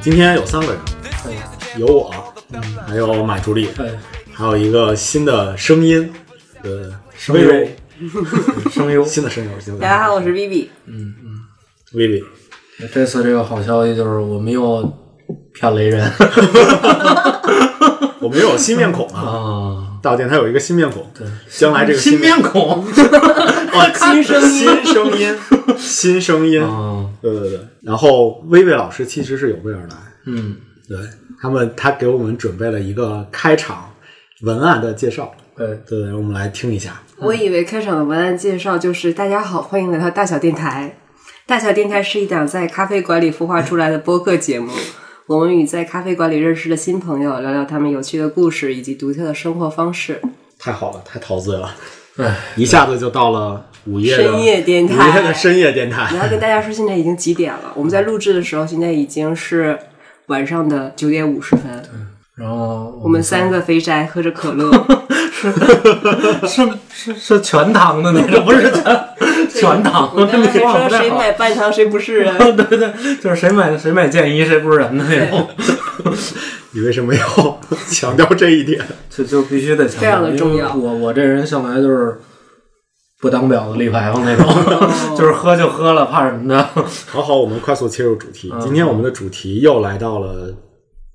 今天有三个人，有我，还有马助理，对，还有一个新的声音，呃，声 优，声优。新的声优，新的大家好，我是 B B。薇薇，这次这个好消息就是我们又骗雷人我们又有新面孔 啊！啊！大小电台有一个新面孔，将来这个新面面孔哦，新声音，新声音， 新声音，啊，对对对。然后薇薇老师其实是有备而来，嗯，对他们，他给我们准备了一个开场文案的介绍，对，对，我们来听一下。我以为开场的文案介绍就是“大家好，欢迎来到大小电台”。大小电台是一档在咖啡馆里孵化出来的播客节目， 我们与在咖啡馆里认识的新朋友聊聊他们有趣的故事以及独特的生活方式。太好了，太陶醉了，哎， 一下子就到了午夜的深夜电台午夜的深夜电我 台。要跟大家说，现在已经几点了？我们在录制的时候，现在已经是晚上的九点五十分。然后我们三个肥宅喝着可乐，是是是全糖的那个，不是全全糖我的刚那 才还个不说太谁好。买半糖谁不是人。对对，就是谁买谁买建一谁不是人的那 种，你为什么要强调这一点？ 就就必须得强调非常的重要因为我我这人向来就是不当婊子立牌坊那哦种， 就是喝就喝了，怕什么的。好好，我们快速切入主题。今天我们的主题又来到了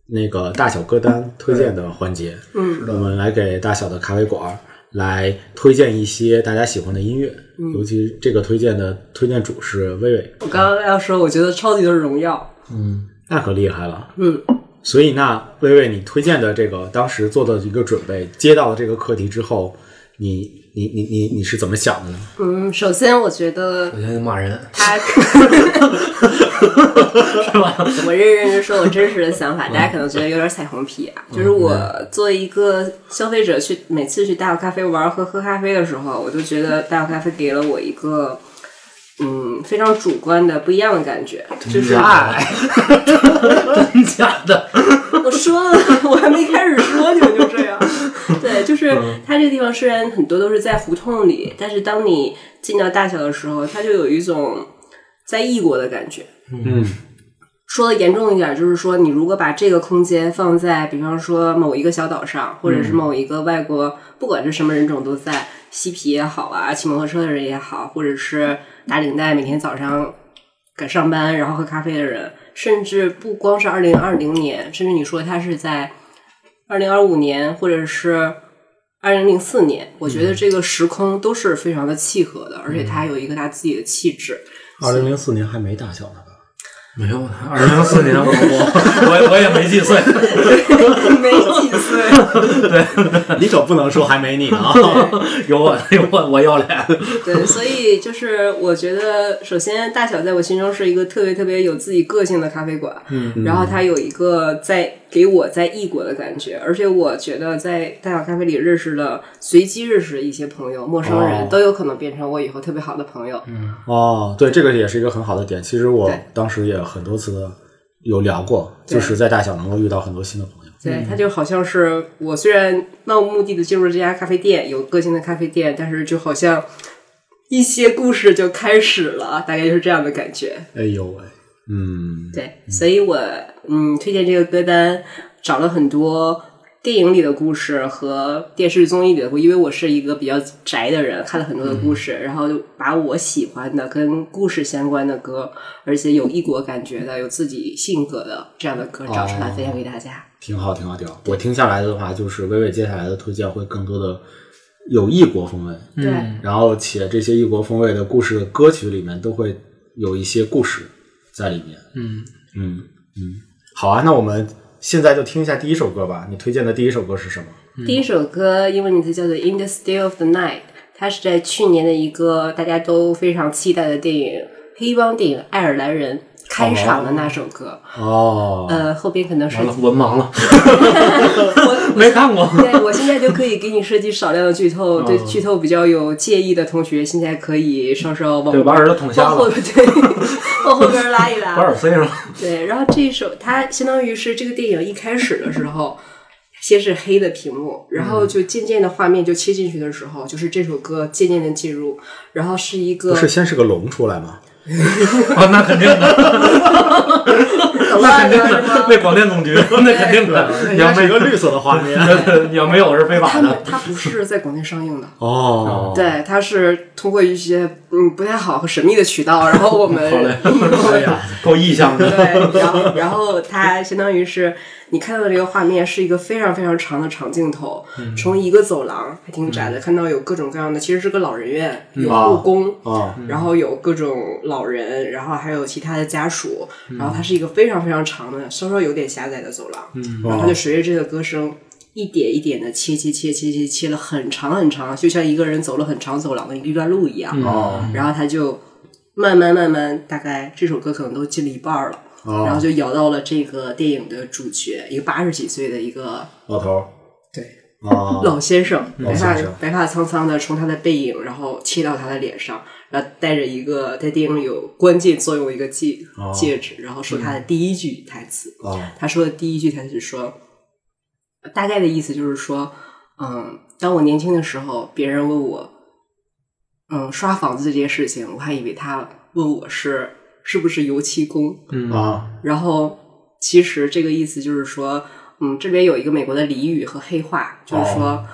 那个大小歌单推荐的环节。嗯，我们来给大小的咖啡馆儿来推荐一些大家喜欢的音乐，嗯尤其这个推荐的推荐主是薇薇，我刚刚要说，我觉得超级的荣耀。那可厉害了。嗯，所以那薇薇，你推荐的这个当时做的一个准备，接到了这个课题之后，你你你你你是怎么想的呢？嗯，首先我觉得我先骂人，他，我认认真说，我真实的想法，大家可能觉得有点彩虹屁啊。就是我作为一个消费者去每次去大小咖啡玩和喝咖啡的时候，我就觉得大小咖啡给了我一个。嗯，非常主观的不一样的感觉， 就是爱，真假的？我说了， 我还没开始说，你们就这样。 对，就是它这个地方虽然很多都是在胡同里，但是当你进到大小的时候，它就有一种在异国的感觉。嗯，说的严重一点，就是说，你如果把这个空间放在，比方说某一个小岛上，或者是某一个外国，不管是什么人种都在，嬉皮也好啊，骑摩托车的人也好，或者是打领带每天早上赶上班然后喝咖啡的人，甚至不光是二零二零年，甚至你说他是在二零二五年，或者是二零零四年，我觉得这个时空都是非常的契合的，而且它有一个它自己的气质。二零零四年还没大小呢吧？没有，二零零四年我我我也我也没几岁，没几岁。 你可不能说还没你 呢啊！有我有我我要脸。对，所以就是我觉得，首先大小在我心中是一个特别特别有自己个性的咖啡馆，嗯，然后它有一个在给我在异国的感觉，而且我觉得在大小咖啡里认识了随机认识的一些朋友，陌生人、哦都有可能变成我以后特别好的朋友，哦，对，这个也是一个很好的点。其实我对当时也很多次有聊过，对就是在大小能够遇到很多新的朋友。对，它就好像是我虽然漫无目的的进入这家咖啡店，有个性的咖啡店，但是就好像一些故事就开始了，大概就是这样的感觉，哎呦喂，嗯，对，所以我嗯推荐这个歌单，找了很多电影里的故事和电视综艺里的故事，因为我是一个比较宅的人，看了很多的故事，然后就把我喜欢的跟故事相关的歌，而且有异国感觉的、有自己性格的这样的歌找出来分享给大家。挺好，挺好，挺好。我听下来的话，就是薇薇接下来的推荐会更多的有异国风味，对，然后且这些异国风味的故事歌曲里面都会有一些故事在里面。嗯，嗯嗯，好啊，那我们现在就听一下第一首歌吧。你推荐的第一首歌是什么？第一首歌英文名字叫做《In the Still of the Night》，它是在去年的一个大家都非常期待的电影黑帮电影《爱尔兰人》开场的那首歌。哦，呃，后边可能是完了，文盲了，我没看 过。对，我现在就可以给你设计少量的剧透，对剧透比较有介意的同学，现在可以稍稍往对，把耳朵捅瞎往后了， 对往后边拉一把拉。耳塞上。对，然后这一首它相当于是这个电影一开始的时候，先是黑的屏幕，然后就渐渐的画面就切进去的时候，就是这首歌渐渐的进入，然后是一个 哦不是先是个龙出来吗？啊，那肯定的。等那肯定是的吗，那广电总局，那肯定的，你要那是没一个绿色的画面。 你要没有是非法他的。们他不是在国内上映的， 哦，对，他是通过一些嗯不太好和神秘的渠道，然后我 们好嘞，哎呀，够意向的。对，然后然后它相当于是你看到的这个画面是一个非常非常长的长镜头，从一个走廊还挺窄的，看到有各种各样的，其实是个老人院，有护工，哦然后有各种老人，然后还有其他的家属，然后它是一个非常非常长的，稍稍有点狭窄的走廊，然后它就随着这个歌声。一点一点的切切切切切切了很长很长，就像一个人走了很长走廊的一段路一样。哦然后他就慢慢慢慢，大概这首歌可能都进了一半儿了，哦然后就摇到了这个电影的主角，一个八十几岁的一个老头儿对哦，老先生，白先发生白发苍苍的，从他的背影，然后切到他的脸上，然后带着一个在电影里有关键作用的一个戒哦嗯戒指，然后说他的第一句台词，哦他说的第一句台词说，大概的意思就是说，嗯，当我年轻的时候，别人问我，嗯，刷房子这件事情，我还以为他问我是是不是油漆工，嗯啊然后其实这个意思就是说，嗯，这边有一个美国的俚语和黑话，就是说、哦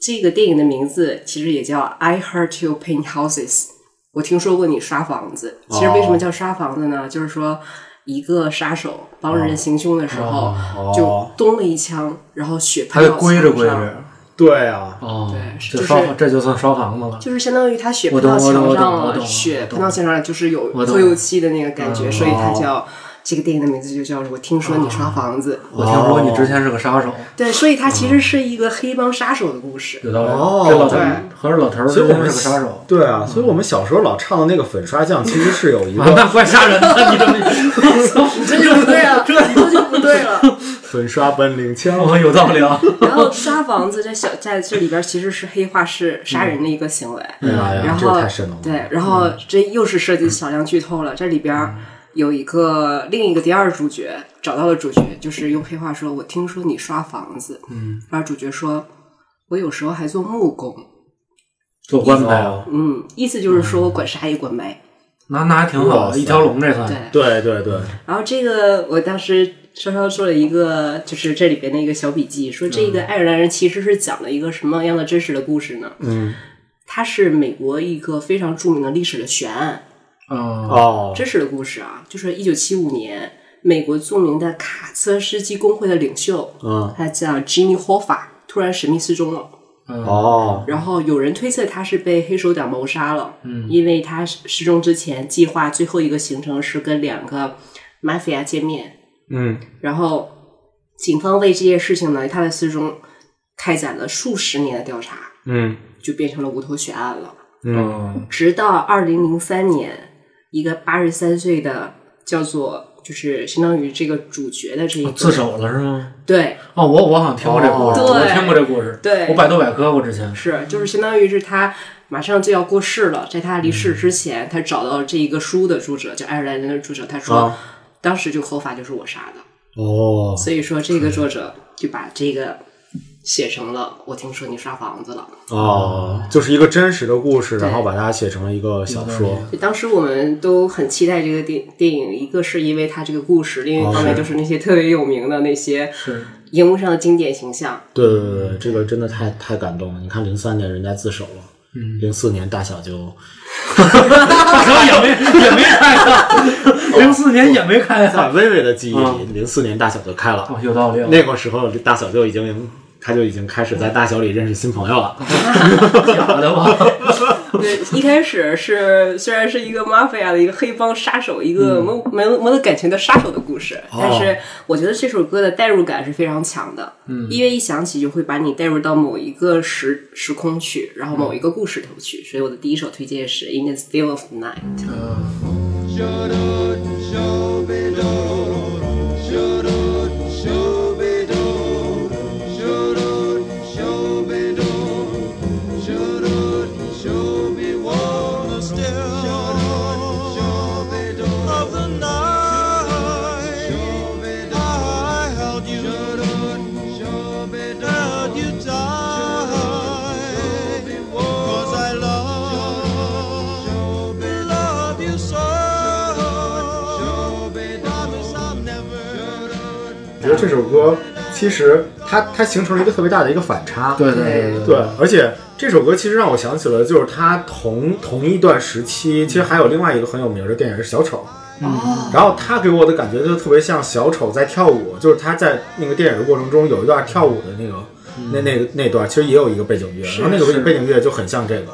这个电影的名字其实也叫《I Heard You Paint Houses》。我听说过你刷房子，其实为哦什么叫刷房子呢？就是说一个杀手帮哦人行凶的时候，哦就咚了一枪，然后血他喷得到墙归上，着归着，对啊，哦对这就是烧这就算烧房子了。就是相当于他血我喷到懂我墙懂我懂上我懂了，我血懂喷到墙上就是有我懂嗯脱油漆的那个感觉，所以它哦叫这个电影的名字就叫《我听说你刷房子》。我听说你之前是个杀手，对，所以它其嗯实是一个黑帮杀手的故事。有道理。哦这老头对合着老头儿所之以我前们是个杀手。对啊，所以我们小时候老唱的那个粉刷匠，其实是有一啊，个那怪吓人的，你这 么你这就不 对啊了， 这就不 对了。 粉刷本领一，枪我有道理啊。然后刷房子在小在这里边其实是黑化是杀人的一个行为，哎呀呀然这个后太深了嗯对，然后这又是涉及少量剧透了。这里边有一个另一个第二主角找到了主角，就是用黑话说：“我听说你刷房子。”嗯，然后主角说：“我有时候还做木工。做官呗，啊，”嗯，意思就是说我管啥也管没。那那还挺哇好，塞一条龙这嗯算。对，对对对，然后这个我当时稍稍做了一个，就是这里边的一个小笔记，说这嗯个爱尔兰人其实是讲了一个什么样的真实的故事呢？嗯它是美国一个非常著名的历史的悬案，嗯，哦真实的故事啊，就是一九七五年，美国著名的卡车司机工会的领袖，嗯他叫 Jimmy Hoffa，突然神秘失踪了。哦然后有人推测他是被黑手党谋杀了，嗯，因为他失踪之前计划最后一个行程是跟两个 mafia 见面，嗯然后警方为这件事情呢，他的失踪开展了数十年的调查，嗯就变成了无头血案了。嗯，直到二零零三年，一个八十三岁的叫做就是相当于这个主角的这一个、哦自首了是吗？对哦，我我好像听过这故事，哦我对听过这故事，对我百度百科过之 前。是就是相当于是他马上就要过世了，在他离世之前，他找到这一个书的作者，叫爱尔兰人的作者，他说、啊当时就口法就是我杀的。哦所以说，这个作者就把这个写成了我听说你刷房子了。哦，就是一个真实的故事，对然后把它写成了一个小说。就当时我们都很期待这个电电影，一个是因为它这个故事，另一方面就是那些特别有名的那些是荧幕上的经典形象。对对对对，这个真的太太感动了。你看，零三年人家自首了，零四年大小就好像也没也没开啊，零四年也没开在啊。微微的记忆里，零四年大小就开了。哦，有道理啊。那个时候，大小就已经他就已经开始在大小里认识新朋友了。假的 吧？对，一开始是虽然是一个 mafia 的一个黑帮杀手，一个没没没得感情的杀手的故事，但是我觉得这首歌的代入感是非常强的。嗯，因为一响起就会把你带入到某一个时时空去，然后某一个故事头去。所以我的第一首推荐是《In the Still of Night》。嗯 Shudud, shubidud, shudud, shubidud, shudud, shubidud, shudud, shubidud, the still of the night. I held you, held you tight, 'cause I love. Love you so. Promise I'm 我觉得这首歌其实它它形成了一个特别大的一个反差。对对对对，而且这首歌其实让我想起了，就是它同同一段时期，其实还有另外一个很有名的电影是《小丑》。嗯哦，然后他给我的感觉就特别像小丑在跳舞，就是他在那个电影的过程中有一段跳舞的那个、那那那段，其实也有一个背景乐，然后那个嗯是背背景乐就很像这个，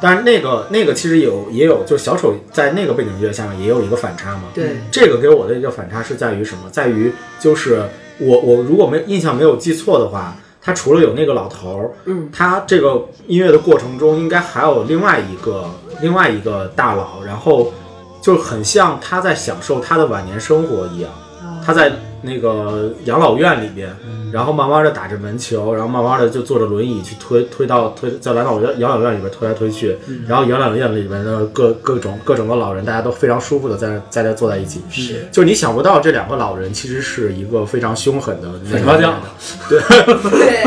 但是那个那个其实有也有，就是小丑在那个背景乐下面也有一个反差嘛。对，这个给我的一个反差是在于什么？在于就是我我如果没印象没有记错的话，他除了有那个老头儿，嗯，他这个音乐的过程中应该还有另外一个另外一个大佬，然后就很像他在享受他的晚年生活一样，他在那个养老院里边，嗯然后慢慢的打着门球，然后慢慢的就坐着轮椅去推推到推在养老院养老院里边推来推去，嗯然后养老院里边的各各种各种的老人，大家都非常舒服的在那在那坐在一起，是就你想不到这两个老人其实是一个非常凶狠的那粉种刷匠，对，对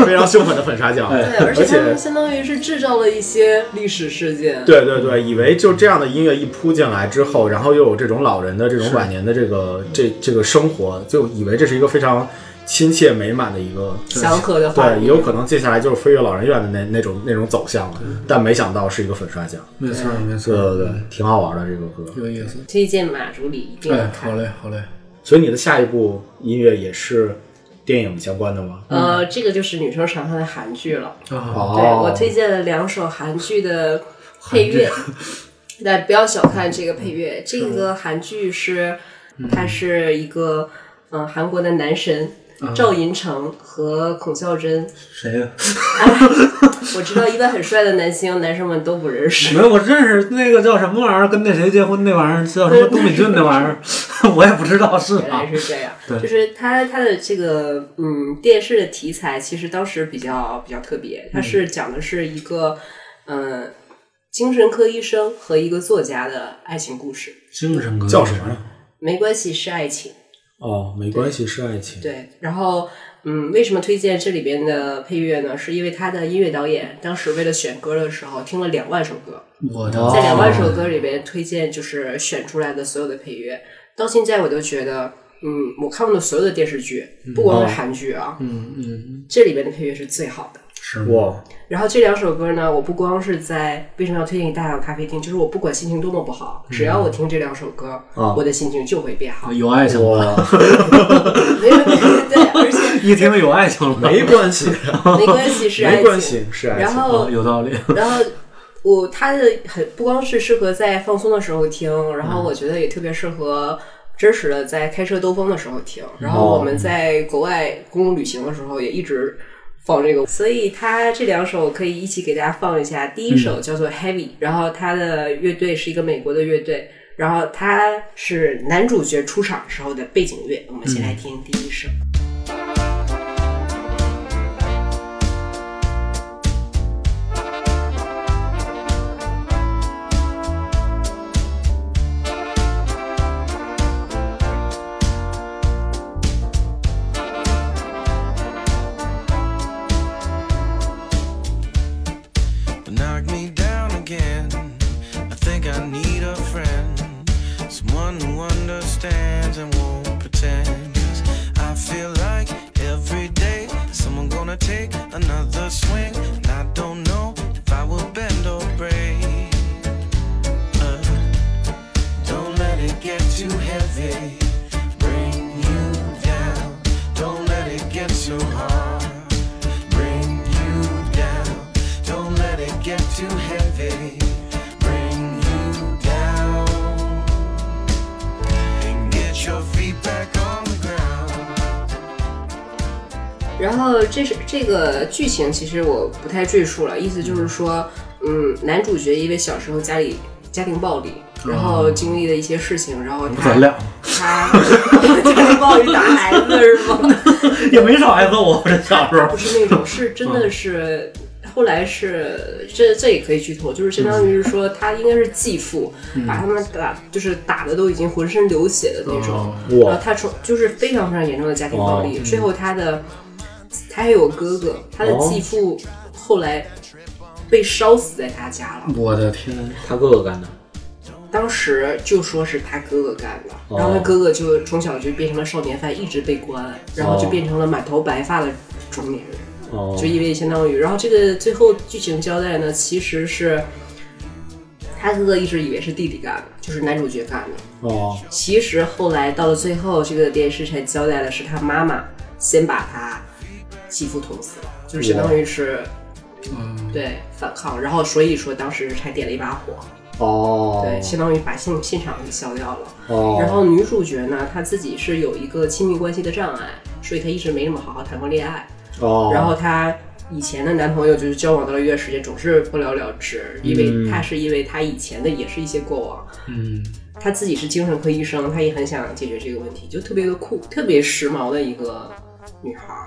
非常凶狠的粉刷匠，哎对，而且他而且们相当于是制造了一些历史事件。对对对，以为就这样的音乐一铺进来之后，然后又有这种老人的这种晚年的这个嗯这这个生活，就以为这是一个非常亲切美满的一个祥和的画对，面也有可能接下来就是飞跃老人院的那那种那种走向了，嗯但没想到是一个粉刷匠。没错没对错，对对，挺好玩的这个歌。有意思。推荐马助理一定要哎，看。好嘞好嘞，所以你的下一部音乐也是电影相关的吗？呃，这个就是女生常看的韩剧了。啊，哦，对我推荐了两首韩剧的配乐， 但不要小看这个配乐，这个韩剧是它是一个嗯、呃韩国的男神赵寅成和孔孝真，谁呀？我知道一般很帅的男星，男生们都不认识。没有，我认识那个叫什么玩意儿，跟那谁结婚那玩意儿叫什么东敏俊那玩意儿， 我也不知道是 啊原来啥。是这样，就是他他的这个嗯电视的题材，其实当时比较比较特别，它是讲的是一个嗯、呃精神科医生和一个作家的爱情故事。精神科叫什么呀？？没关系，是爱情。哦，没关系，是爱情。对，然后嗯，为什么推荐这里边的配乐呢？是因为他的音乐导演当时为了选歌的时候，听了两万首歌，我的在两万首歌里边推荐就是选出来的所有的配乐，到现在我都觉得。嗯，我看过的所有的电视剧，不光是韩剧啊，嗯嗯这里边的配乐是最好的。是哇，然后这两首歌呢，我不光是在为什么要推荐给大小咖啡厅，就是我不管心情多么不好，只要我听这两首歌，啊我的心情就会变好。嗯有爱情了，哇，没有没 有对，而且一听有爱情了，没关 系， 没关系，是爱情。没关系，是爱然情。后哦，有道理。然后我它的很不光是适合在放松的时候听，然嗯后我觉得也特别适合真实的在开车兜风的时候听。然后我们哦在国外公路旅行的时候也一直放这个，所以它这两首可以一起给大家放一下。第一嗯首叫做《Heavy》，然后它的乐队是一个美国的乐队。然后它是男主角出场时候的背景乐，我们先嗯来听第一首。 but knock me down again. I think I need a friend, someone who understands and won't pretend. 'Cause I feel like every day someone gonna take another swing, and I don't know if I will bend or break. Uh, don't let it get too heavy, bring you down. Don't let it get so hard bring you down. Don't let it get too heavy. Bring you down and get your feet back on the ground. 然后这是这个剧情，其实我不太赘述了，意思就是说，嗯，男主角因为小时候家里家庭暴力，然后经历了一些事情，然后他咱俩他 家庭暴力打孩子是吗？ 也没少挨揍我这小时不候。是那种，是真的是。后来是这这也可以剧透，就是相当于是说他应该是继父，把他们打就是打的都已经浑身流血的那哦种，然后呃哇，他从就是非常非常严重的家庭暴力，最后他的他还有哥哥，他的哦继父后来被烧死在他家了。我的天，他哥哥干的。当时就说是他哥哥干的，哦然后他哥哥就从小就变成了少年犯，一直被关，然后就变成了满头白发的中年人。哦，就因为相当于，然后这个最后剧情交代呢，其实是他哥哥一直以为是弟弟干的，就是男主角干的。哦，其实后来到了最后，这个电视才交代了是他妈妈先把他继父捅死了，就是相当于是，嗯嗯对反抗，然后所以说当时才点了一把火，哦，对，相当于把现现场给消掉了。哦，然后女主角呢，她自己是有一个亲密关系的障碍，所以她一直没怎么好好谈过恋爱。哦，然后她以前的男朋友就是交往到了一段时间，总是不了了之，因嗯为她是因为她以前的也是一些过往。嗯，她自己是精神科医生，她也很想解决这个问题，就特别的酷，特别时髦的一个女孩儿。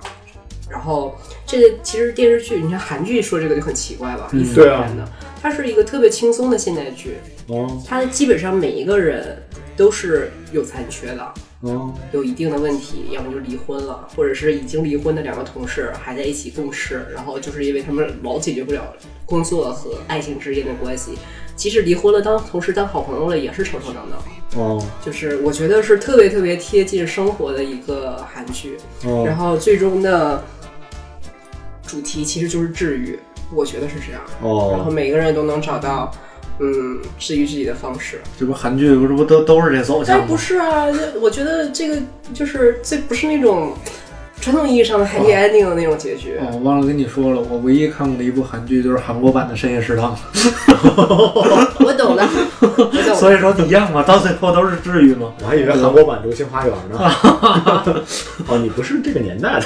然后这个其实电视剧，你看韩剧说这个就很奇怪吧，一四对啊年的，它是一个特别轻松的现代剧，哦，它基本上每一个人都是有残缺的，哦，有一定的问题，要么就离婚了，或者是已经离婚的两个同事还在一起共事，然后就是因为他们老解决不了工作和爱情之间的关系，即使离婚了，当同事当好朋友了，也是吵吵闹闹。哦，就是我觉得是特别特别贴近生活的一个韩剧，哦然后最终的主题其实就是治愈，我觉得是这样。哦然后每个人都能找到嗯治愈自己的方式。这不韩剧不是不都都是这走向但吗？不是啊，就我觉得这个就是这不是那种传统意义上的哦 happy ending 的那种结局。哦，我忘了跟你说了，我唯一看过的一部韩剧就是韩国版的《深夜食堂我懂 的，我懂》，所的。以说一样嘛，到最后都是治愈嘛。我还以为韩国版《流星花园》呢。哦，你不是这个年代的，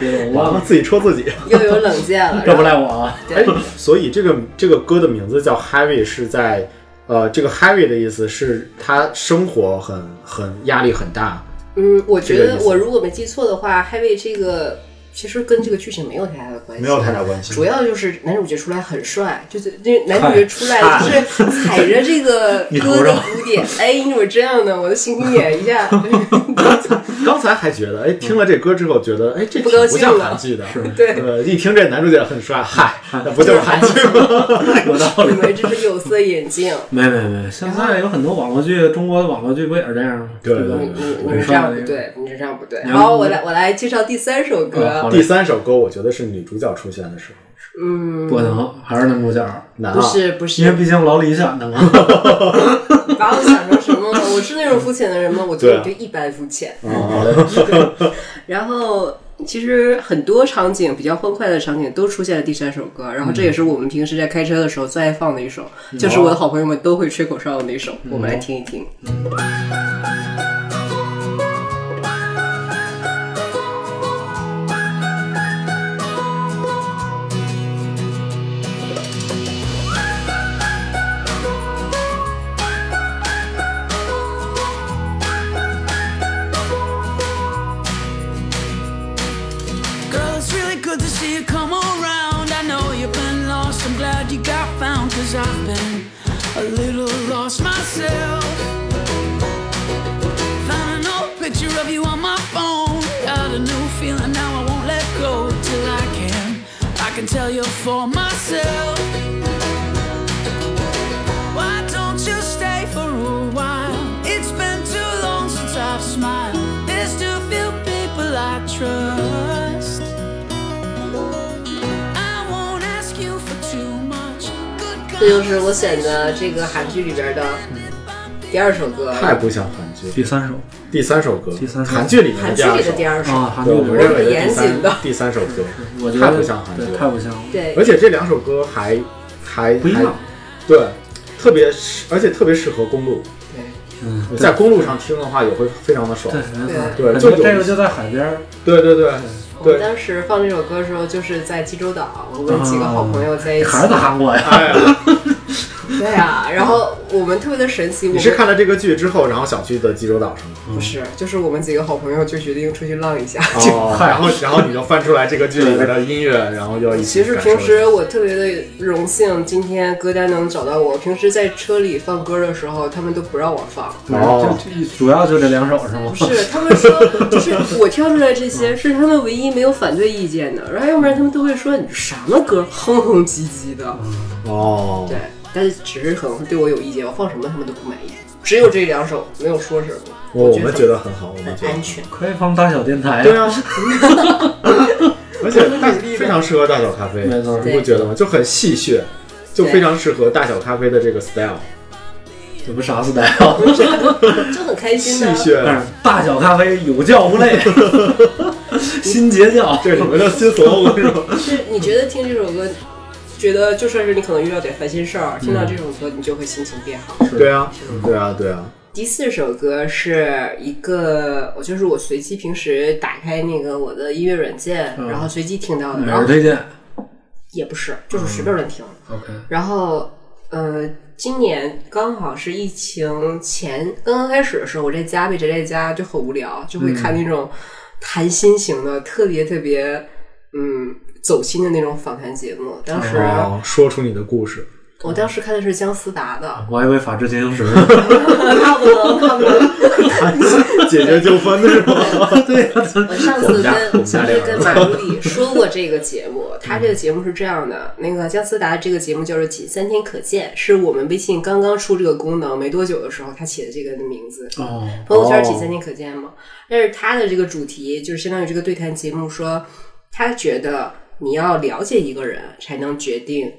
对， 我完忘了了，自己戳自己。又有冷箭 了，这不赖我啊。哎，所以这个这个歌的名字叫 Heavy，是在呃，这个 Heavy 的意思是他生活很很压力很大。嗯，我觉这个意得思我如果没记错的话，《h a v y 这个其实跟这个剧情没有太大的关系，没有太大关系主要就是男主角出来很帅，就是那男主角出来就是踩着这个 你瞅歌的瞅鼓点，哎，你怎么这样呢？我的心眼一 下，刚才还觉得，哎，听了这歌之后觉得，哎，这不挺高不兴像了韩剧的。对呃，一听这男主角很帅，嗨，那不就是韩剧吗？有道你理。们这是有色 眼镜。没没没，现在有很多网络剧，中国的网络剧不也是这样吗？对吧对你你我你跟是这说样的不那个，对，你是这样不对。你要好，我来我来介绍第三首啊歌好，第三首歌，我觉得是女主角出现的时候，嗯，不能还是男主角，难不啊，是不因为是，毕竟老李选的嘛。你把我想成什么了？我是那种肤浅的人吗？我觉对得啊我就一般肤浅。啊然后其实很多场景比较欢快的场景都出现了第三首歌，然后这也是我们平时在开车的时候最爱放的一首，嗯就是我的好朋友们都会吹口哨的那首，我们来听一听。 Girl, it's really good to see you come around. I know you've been lost. I'm glad you got found, cause I've been a little lost myself. Found an old picture of you on my phone. Got a new feeling now I won't let go till I can. I can tell you for myself. Why don't you stay for a while? It's been too long since I've smiled. There's too few people I trust. I won't ask you for too much. Good 这就是我选的这个韩剧里边的第二首歌，太不像韩剧。第三首 第三首歌，第三首韩剧里面韩第剧里二的首第二首。啊，韩剧对，我里们边认为严第谨三的第三首歌，我觉得太不像韩剧对了，太不像了。对，而且这两首歌还还不一样，还对，特别适，而且特别适合公路。嗯，在公路上听的话也会非常的爽对。对没错，感就觉有这个就在海边儿。对对对我们对，当时放这首歌的时候，就是在济州岛，我们几个好朋友在一起。还是在韩国呀？哎呀，对啊，然后我们特别的神奇，我你们是看了这个剧之后，然后想去的济州哦岛是吗？不是，就是我们几个好朋友就决定出去浪一下。哦，嗨然后 然后你就翻出来这个剧里边的音乐，然后就一起其实感受一平下。时我特别的荣幸，今天歌单能找到我。平时在车里放歌的时候，他们都不让我放。哦就就主要就这两首是吗不？是，他 们说就是我挑出来这嗯些是他们唯一没有反对意嗯见的，然后要不然他们都会说你什么歌哼哼唧唧的。哦，对，但是只是可能对我有意见，我放什么他们都不满意。只有这两首没有说什么，我我们觉觉得很好，我们觉很得安全。可以放大小电台对啊， 而 且大非常适合大小咖啡，没错你不觉得吗？就很戏谑，就非常适合大小咖啡的这个 style，这不啥啊 style，就很开心戏的、但谑，是大小咖啡有教 无类，新截教。这是你们的新 slogan 是 吧？是你觉得听这首歌，觉得就算是你可能遇到点烦心事儿，听到这首歌你就会心情变好。对啊，对啊，对啊，第四首歌是一个，我就是我随机平时打开那个我的音乐软件，然后随机听到的，每然人后推荐也不是，就是随便乱听。 ，OK，，然后，呃，今年刚好是疫情前刚刚开始的时候，我在家被宅在家就很无聊，就会看那种谈心型的，特别特别，嗯，走心的那种访谈节目。当时、哦，说出你的故事，我当时看的是姜思达的我还以为法制进行时，看不能看不能。解决纠纷的是 吗？对呀，我上我次们家我跟们家上这个次跟马助理说过这个节目，他这个节目是这样的，那个姜思达这个节目叫做“仅三天可见”，是我们微信刚刚出这个功能没多久的时候，他起的这个名字。哦，朋友圈仅三天可见嘛。但是他的这个主题就是相当于这个对谈节目说，他觉得你要了解一个人才能决定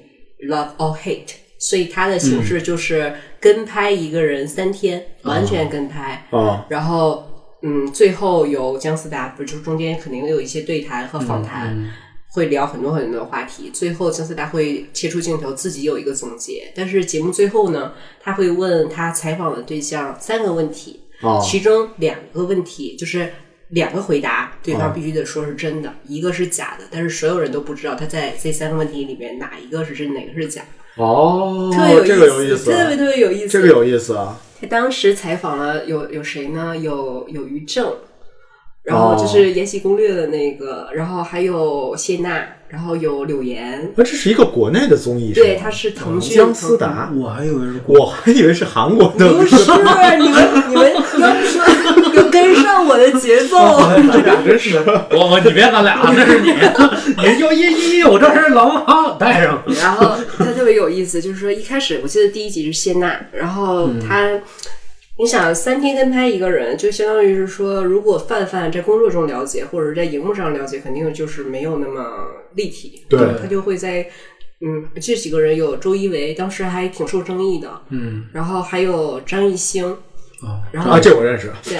love or hate，所以他的嗯形式就是跟拍一个人三天，完全跟拍。哦，然后嗯，最后有姜思达，不是就中间肯定有一些对谈和访谈。会聊很多很多的话题，最后姜思达会切出镜头，自己有一个总结。但是节目最后呢，他会问他采访的对象三个问题，哦其中两个问题就是两个回答，对方必须得说是真的，一个是假的，但是所有人都不知道他在这三个问题里面哪一个是真，哪个是假，哦特别有意思，这个有意思，啊特别特别有意思，这个有意思啊，他当时采访了有有谁呢？有有于正，然哦后就是《延禧攻略》的那个，然后还有谢娜，然后有柳岩，那这是一个国内的综艺，是吗对，他是腾讯哦姜思达，我还以为是我还以为是韩国的，不是你们你们要说 要跟上我的节奏，这俩真是。 我我你别咱俩，这是你， 你就一一我这是狼王带上，然后他特别有意思，就是说一开始我记得第一集是谢娜，然后他，你想三天跟拍一个人，就相当于是说，如果范范在工作中了解，或者是在荧幕上了解，肯定就是没有那么立体，对他就会在。嗯，这几个人有周一围，当时还挺受争议的，嗯，然后还有张艺兴，哦然后啊，这我认识，对，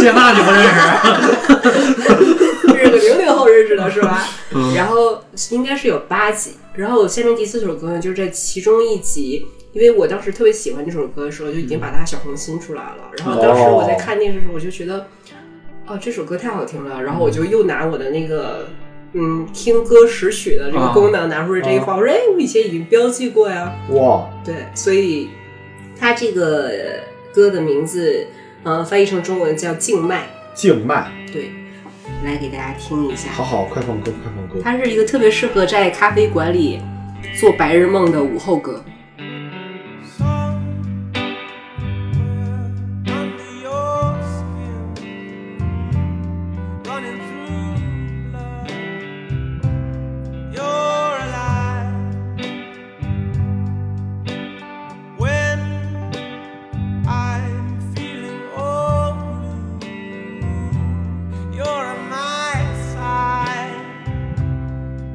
谢娜你不认识，啊是个零零后认识的，是吧？然后应该是有八集，然后下面第四首歌呢，就是在其中一集，因为我当时特别喜欢这首歌的时候，就已经把它小红心出来了。然后当时我在看电视的时候，我就觉得，哦，这首歌太好听了，然后我就又拿我的那个。嗯，听歌识曲的这个功能拿出来这一话，我说哎，我以前已经标记过呀。哇，对，所以它这个歌的名字，呃，翻译成中文叫《静脉静脉，》。对，来给大家听一下。好好，快放歌，快放歌。它是一个特别适合在咖啡馆里做白日梦的午后歌。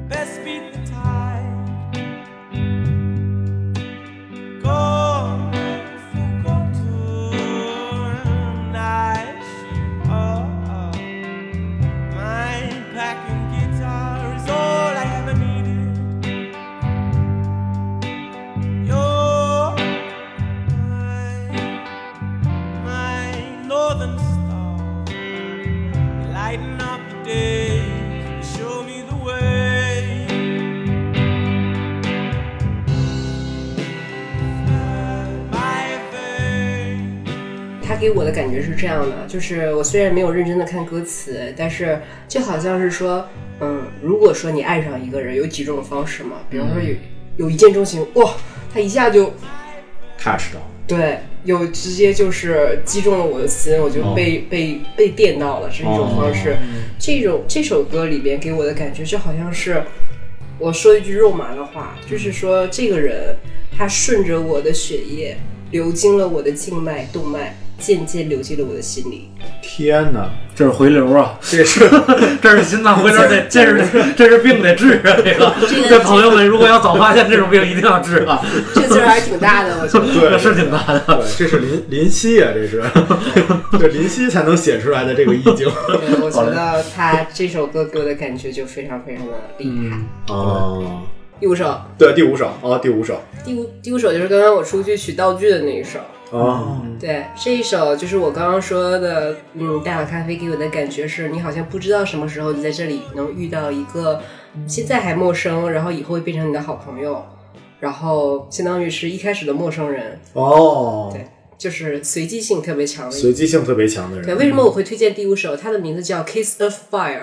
Best beat the tide. My packing guitar is all I ever needed. You're my northern star. You lighten up the day, you show me the way. My faith. 它给我的感觉是这样的，就是我虽然没有认真的看歌词，但是就好像是说，嗯，如果说你爱上一个人，有几种方式嘛？比方说有有一见钟情，哇，他一下就 touch 到，对，有直接就是击中了我的心，我就被、被被电到了，是一种方式。这种这首歌里边给我的感觉就好像是，我说一句肉麻的话，就是说这个人它顺着我的血液流经了我的静脉、动脉，渐渐流进了我的心里。天哪，这是回流啊，这是 这是心脏回流，这这是这是病得治啊！这个这朋友们如果要早发现这种病，一定要治啊！这劲儿还挺大的，我 觉得。对，是挺大的。对，这是林林夕啊，这是 这林夕才能写出来的这个意境。对我觉得他这首歌给我的感觉就非常非常的厉嗯害。哦，第五首，对，第五首啊，第五首第五第五首就是刚刚我出去取道具的那一首。啊，对，这一首就是我刚刚说的，嗯，大碗咖啡给我的感觉是你好像不知道什么时候就在这里能遇到一个现在还陌生，然后以后会变成你的好朋友，然后相当于是一开始的陌生人，哦，对，就是随机性特别强的一随机性特别强的对，人，为什么我会推荐第五首？它的名字叫《Kiss of Fire》。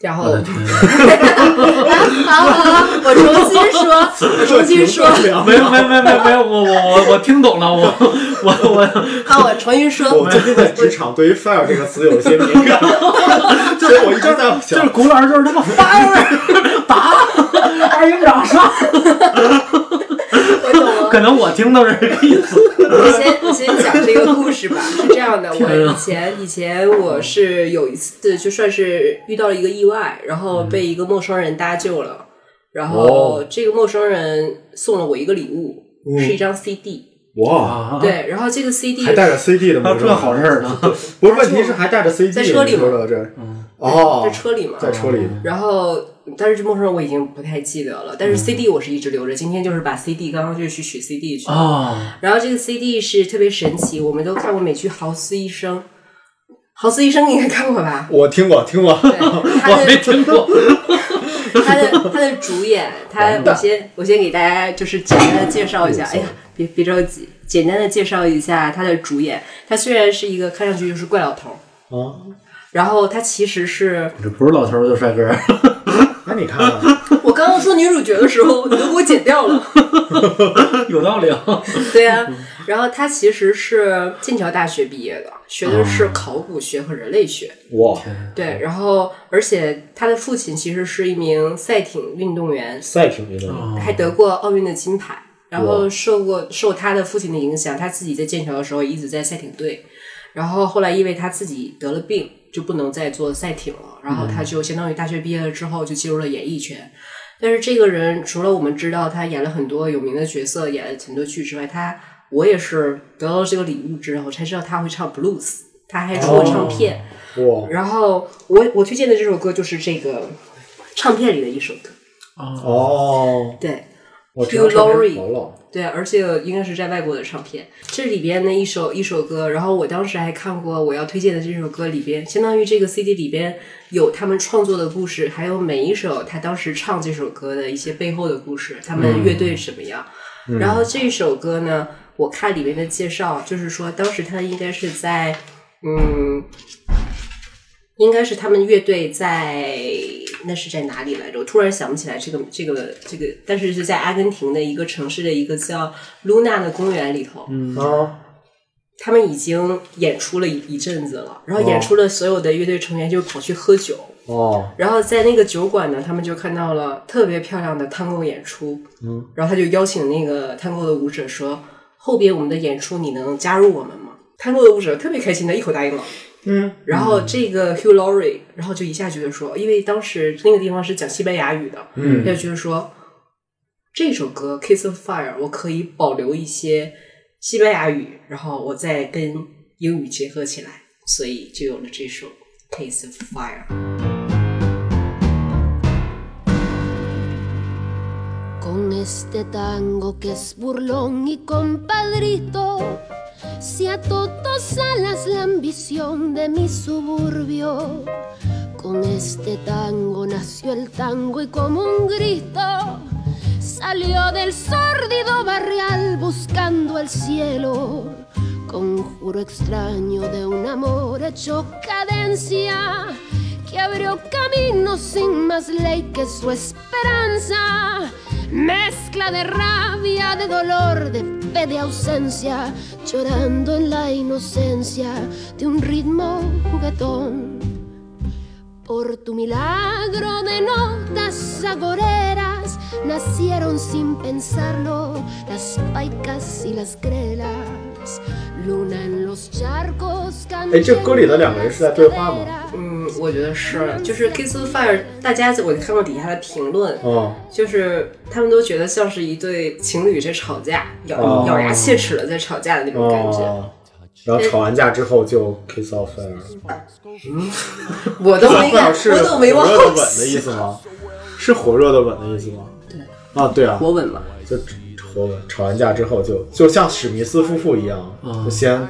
然后， 的好好好，我重新说，我重新说，没 有没有没有没有没有，我我我我听懂了，我我我好，我重新说，我们最近在职场对于 “fire” 这个词有一些敏 感，所以我一直在 就想是，古老师就是这么 fire 打二营长杀，我懂了。 可能我听到是这个意思。我先我先讲这个故 事吧，是这样的，我天啊以前以前我是有一次就算是遇到了一个意外，然后被一个陌生人搭救了，然后哦这个陌生人送了我一个礼物，是一张 CD，哇，啊，对，然后这个 CD 还带着 CD 的还吗？有这好事儿呢，不是，问题是还带着 CD，在车里你说吗嗯的这，哦，在车里嘛，在车里，然后，但是这陌生人我已经不太记得了。但是嗯 CD 我是一直留着，今天就是把 CD 刚刚就去取 CD 去。啊，然后这个 CD 是特别神奇，我们都看过美剧《豪斯医生》，《豪斯医生》你应该看过吧？我听过，听过，对，他我没的听过。 他的他的主演，他我先我先给大家就是简单的介绍一下。哎呀，别别着急，简单的介绍一下他的主演。他虽然是一个看上去就是怪老头儿，啊，然后他其实是这不是老头儿 就是帅哥，那你看啊看，我刚刚说女主角的时候，你都给我剪掉了。有道理啊。 对啊，然后他其实是剑桥大学毕业的，学哦的是考古学和人类学。哇，对，然后而且他的父亲其实是一名赛艇运动员，赛艇运动员，还得过奥运的金牌。然后受过受他的父亲的影响，他自己在剑桥的时候一直在赛艇队，然后后来因为他自己得了病，就不能再做赛艇了，然后他就相当于大学毕业了之后就进入了演艺圈。但是这个人除了我们知道他演了很多有名的角色，演了很多剧之外，他我也是得到了这个礼物之后才知道他会唱 blues，他还出过唱片。哇，然后我我推荐的这首歌就是这个唱片里的一首歌，哦，对。我知道 Hugh Laurie 好老，对，啊而且应该是在外国的唱片。这里边的一首一首歌，然后我当时还看过我要推荐的这首歌里边，相当于这个 CD 里边有他们创作的故事，还有每一首他当时唱这首歌的一些背后的故事，他们乐队怎么样。然后这首歌呢，我看里面的介绍，就是说当时他应该是在嗯，应该是他们乐队在那是在哪里来着？我突然想不起来这个这个这个，但是是在阿根廷的一个城市的一个叫露娜的公园里头，嗯啊，他们已经演出了一一阵子了，然后演出了所有的乐队成员就跑去喝酒。哦，然后在那个酒馆呢，他们就看到了特别漂亮的探戈演出，嗯，然后他就邀请那个探戈的舞者说，后边我们的演出你能加入我们吗？探戈的舞者特别开心的一口答应了，嗯，然后这个 Hugh Laurie，然后就一下觉得说，因为当时那个地方是讲西班牙语的，嗯他就觉得说这首歌《Kiss of Fire》，我可以保留一些西班牙语，然后我再跟英语结合起来，所以就有了这首《Kiss of Fire》。 Con este tango que es burlón y compadrito, se a todos alas la ambición de mi suburbio. Con este tango nació el tango y como un grito salió del sórdido barrial buscando el cielo. Conjuro extraño de un amor hecho cadencia que abrió camino sin más ley que su esperanza. Mezcla de rabia, de dolor, de fe, de ausencia, llorando en la inocencia de un ritmo juguetón. Por tu milagro de notas agoreras, nacieron sin pensarlo las paicas y las grelas. Luna en los charcos. 哎这歌里的两个人是在对话吗 candela 嗯，我觉得是，就是 Kiss the Fire，大家我看到底下的评论，嗯哦，就是他们都觉得像是一对情侣在吵架，咬、哦咬牙切齿的在吵架的那种感觉。嗯哦，然后吵完架之后就 kiss off fire，kiss 我都 off 没 fire 敢，是我都火没热往的吻后的意思吗？是火热的吻的意思吗？对。啊，对啊，我吻了，就火吻，吵完架之后就就像史密斯夫妇一样，嗯就先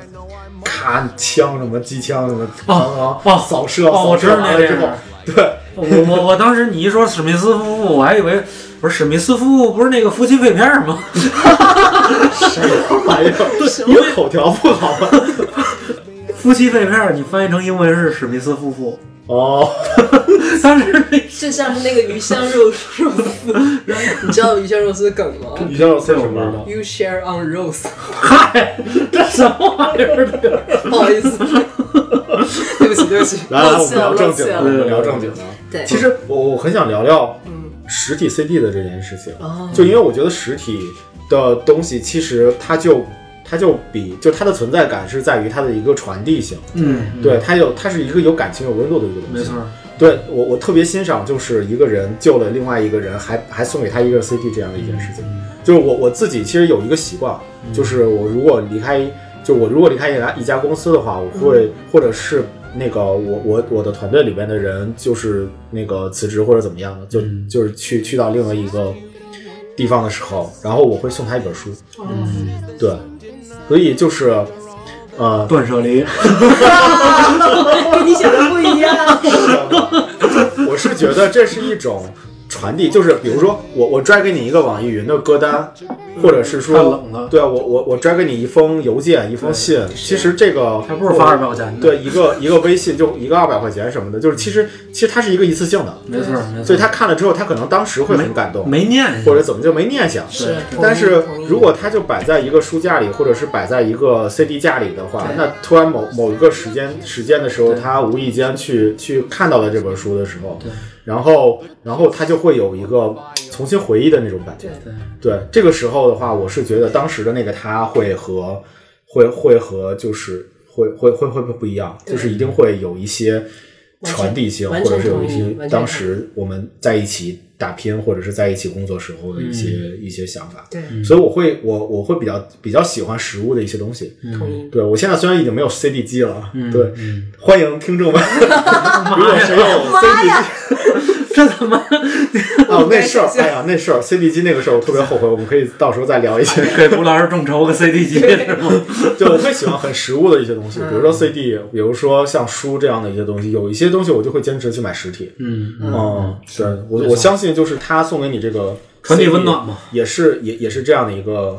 咔枪什么机枪什么，哦然哦后扫射，哦扫我知射道完那了之电后影， 对，我我我当时你一说史密斯夫妇，我还以为不是史密斯夫妇不是那个夫妻肺片儿吗？ 什么哎玩意儿？ 因为口条不好吗？ 夫妻肺片儿你翻译成英文是史密斯夫妇。哦，当时那就像是那个鱼香肉肉丝，你知道鱼香肉丝的梗吗你像是什这我不知么道？ ？You share on rose， 嗨， 这什么玩意儿？不好意思， 对不起，对不起，来来，抱我们聊歉了，抱正经歉的，我了。们聊正经的。对，其实我我很想聊聊实体 CD 的这件事情，哦就因为我觉得实体的东西其实它就它就比就它的存在感是在于它的一个传递性，嗯，对它有它是一个有感情有温度的一个东西。没错，对我我特别欣赏就是一个人救了另外一个人，还还送给他一个 CD 这样的一件事情。嗯就是我我自己其实有一个习惯，就是我如果离开，就我如果离开一家一家公司的话，我嗯会、或者是那个我我我的团队里边的人就是那个辞职或者怎么样的，就、嗯就是去去到另外一个地方的时候，然后我会送他一本书。哦嗯对，所以就是呃，断舍离。跟你想的不一样。 我是觉得这是一种传递，就是比如说我我拽给你一个网易云的歌单，或者是太说冷了对我我我拽给你一封邮件一封信，其实这个还不如发200块钱呢对一个一个微信就一个二百块钱什么的，就是其实其实它是一个一次性的，没错，没错。所以他看了之后，他可能当时会很感动，没念或者怎么就没念想。是但是同意如果它就摆在一个书架里，或者是摆在一个 CD 架里的话，那突然某某一个时间时间的时候，他无意间去去看到了这本书的时候，然后然后他就会有一个重新回忆的那种感觉。对，这个时候的话，我是觉得当时的那个他会和会会和就是会会会会不一样，就是一定会有一些。全传递性，或完全者是有一同意完些全当同意时时我们在一起打拼，或者是在一起工作时候的一些、一些想法。对，所以我会我我会比较比较喜欢实物的一些东西。同意。对我现在虽然已经没有 CD 机了，对，欢迎听众们，如果谁有 CD 机这他妈啊，那事儿，哎呀，那事儿 CD 机那个事儿我特别后悔，我们可以到时候再聊一些。给吴老师众筹个 CD 机是吗？就我会喜欢很实物的一些东嗯西，比如说 CD，比如说像书这样的一些东西，有一些东西我就会坚持去买实体。嗯，嗯，对我我相信就是他送给你这个传递 CD 温暖嘛，也是也也是这样的一个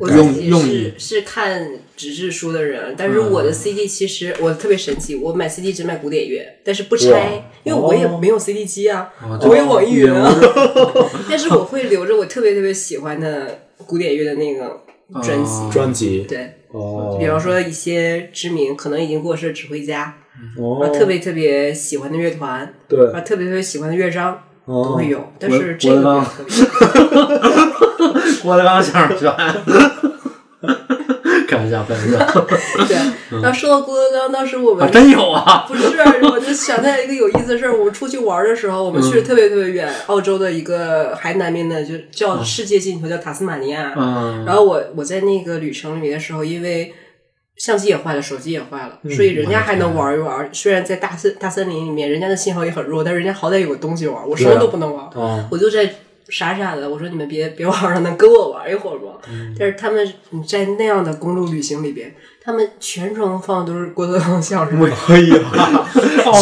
我用自己用是意是看纸质书的人，但是嗯我的 CD 其实我特别神奇，我买 CD 只买古典乐，但是不哇拆，因为我也哦没有 CD 机啊，对我有网易云啊也， 但是我会留着我特别特别喜欢的古典乐的那个专辑，专辑。嗯对。哦，比方说一些知名可能已经过世的指挥家，哦然后，特别特别喜欢的乐团，对然后特别特别喜欢的乐章哦都会有，但是我这个我没的有特别。 郭德纲相声圈， 开玩笑，开玩笑啊，对，嗯然后说到郭德纲，当时我们真有 啊， 不是，我就想起来一个有意思的事儿。我们出去玩的时候，我们去了特别特别远，澳洲的一个还南边的，就叫世界尽头，叫塔斯马尼亚。嗯，然后我我在那个旅程里面的时候，因为相机也坏了，手机也坏了，所以人家还能玩一玩。虽然在大森大森林里面，人家的信号也很弱，但是人家好歹有个东西玩，我什么都不能玩。哦，我就在傻傻的我说你们别别玩了，能跟我玩一会儿吗？但是他们你在那样的公路旅行里边，他们全程放的都是郭德纲相声，可以 啊，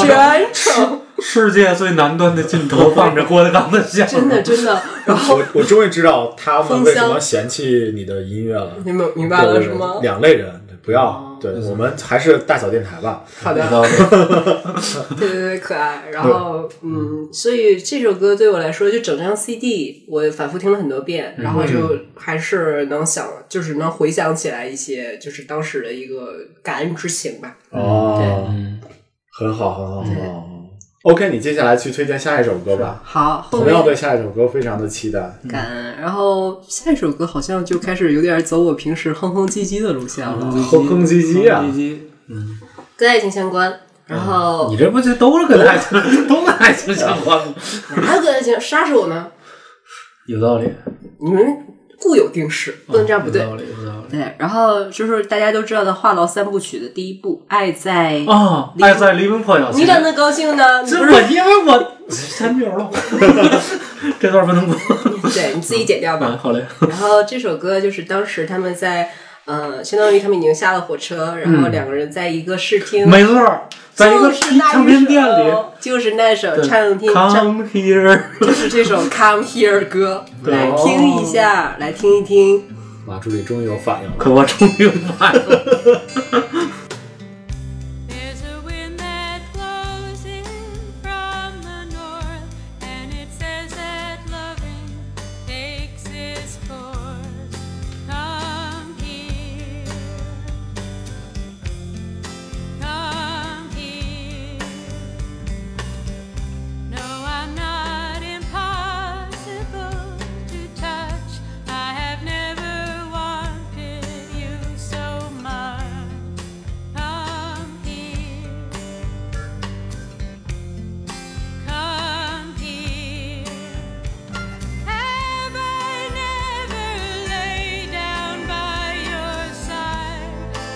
全 程世界最南端的尽头放着郭德纲的相声，真的真的。然后我我终于知道他们封为什么嫌箱弃你的音乐了。你们明白了对是吗？哦两类人，不要。对我们还是大小电台吧。好的， 对对对，可爱。然后，嗯，所以这首歌对我来说，就整张 CD，我反复听了很多嗯遍，然后就还是能想，就是能回想起来一些，就是当时的一个感恩之情吧。嗯哦，很好，很好，很好。 OK，你接下来去推荐下一首歌吧。好，后同样面对下一首歌非常的期待。感恩。然后下一首歌好像就开始有点走我平时哼哼唧唧的路线了，嗯哼哼唧唧啊哼哼唧跟爱情相关。然唧，后你这不就都是跟爱情，都跟爱情相关吗？哪有跟爱情杀手呢？有道理，你们固有定式，不能这样不对嗯有。道理，有道理。对，然后就是大家都知道的《话痨三部曲》的第一部《爱在》啊，爱在黎明破晓前。你怎么高兴呢？你这不我是因为我 三秒了，这段不能播。对你自己剪掉吧啊，。好嘞。然后这首歌就是当时他们在，呃，相当于他们已经下了火车，然后两个人在一个试听，嗯没错儿，在一就个是那一唱片店里，首，就是那首对唱片唱， Come here，就是这首《Come Here》歌，来听一下，来听一听。马助理终于有反应了。可我终于买了。 There's a wind that blows in from the north, and it says that loving takes its course. Come here, come here. No, I'm not impossible to touch. I have never wanted you so much. Come here, come here. Have I never laid down by your side?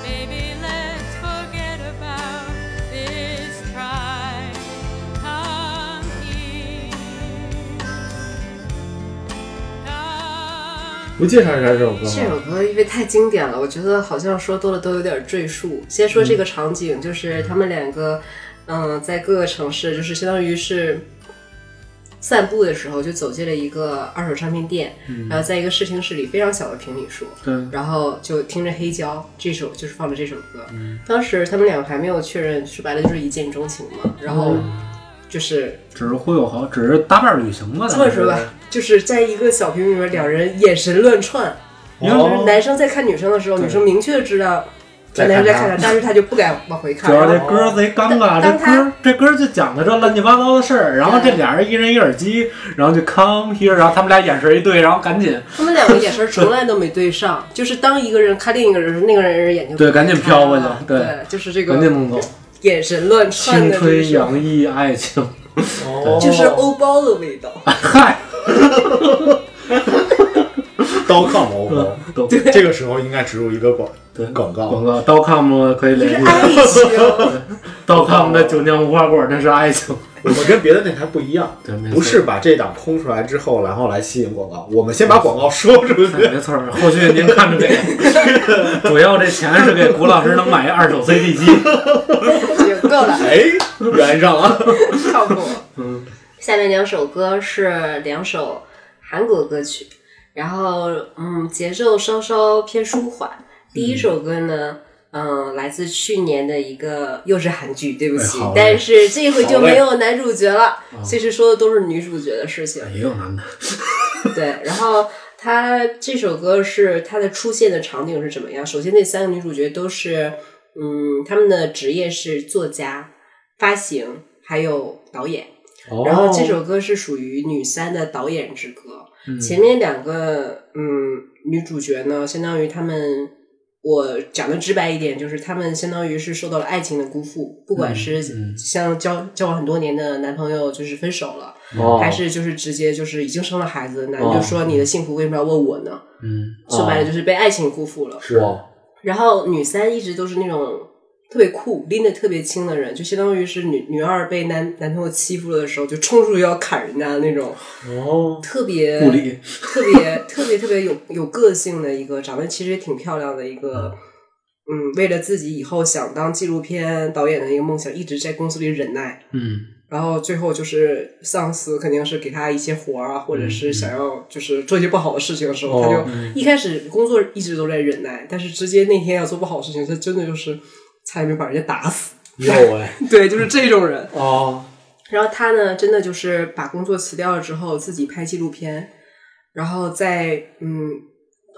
Baby, let's forget about this pride. Come here, 不介绍一下这首歌这首吗？歌因为太经典了，我觉得好像说多了都有点赘述。先说这个场景，就是他们两个，嗯、在各个城市，就是相当于是散步的时候，就走进了一个二手唱片店，然后在一个试听室里非常小的平米数，对，然后就听着《黑胶》这首，就是放着这首歌。当时他们两个还没有确认，说白了就是一见钟情嘛。然后就是 只是忽悠好，只是搭伴旅行吧。这么说吧，就是在一个小平里面，两人眼神乱窜。因就为是男生在看女生的时候，女生明确的知道在男生在看他看她，但是她就不敢往回看。主要然这后歌贼尴尬，哦这当当他歌这歌就讲的这乱七八糟的事儿，然后这俩人一人一耳机，然后就 come here，然后他们俩眼神一对，然后赶紧他们两个眼神从来都没对上， 就是当一个人看另一个人的时候，那个人眼睛对赶紧飘过去啊对对，就是这赶紧个弄走，眼神乱窜青的这春种，洋溢爱情，哦就是欧包的味 道。嗨，刀抗某某，都这个时候应该植入一个广对广广告。告刀 com 可以就是 联系爱情，刀 com 的酒酿无花果，那是爱情，我们跟别的电台不一样对没，错不是把这档空出来之后，然后来吸引广告。我们先把广告说出 去。没错儿，后续您看着给， 主要这钱是给古老师能买一二手 CD 机，行够了，哎，圆上了。靠谱。嗯，下面两首歌是两首韩国歌曲，然后嗯，节奏稍稍偏舒缓。第一首歌呢，嗯，来自去年的一个又是韩剧，对不起哎好，嘞啊但是这回就好嘞没有男主角了，这是说的都是女主角的事情。 也有男的，对，然后它这首歌是它的出现的场景是怎么样？首先，那三个女主角都是，嗯，她们的职业是作家、发行还有导演。哦然后这首歌是属于女三的导演之歌。前面两个，嗯，女主角呢，相当于她们。我讲的直白一点，就是她们相当于是受到了爱情的辜负，不管是嗯嗯像交交往很多年的男朋友就是分手了，哦还是就是直接就是已经生了孩子，男的哦就说你的幸福为什么要问我呢？嗯，说白了就是被爱情辜负了。是然后女三一直都是那种特别酷、拎得特别轻的人，就相当于是女女二被男男朋友欺负了的时候，就冲出去要砍人家的那种，哦，特别顾里，特别 特别特别有有个性的一个，长得其实也挺漂亮的一个，嗯，为了自己以后想当纪录片导演的一个梦想，一直在公司里忍耐。嗯，然后最后就是上司肯定是给他一些活儿啊，或者是想要就是做一些不好的事情的时候，哦他就一开始工作一直都在忍耐，但是直接那天要做不好的事情，他真的就是差点没把人家打死。哟喂， 对，就是这种人。哦，然后他呢，真的就是把工作辞掉了之后，自己拍纪录片，然后在嗯，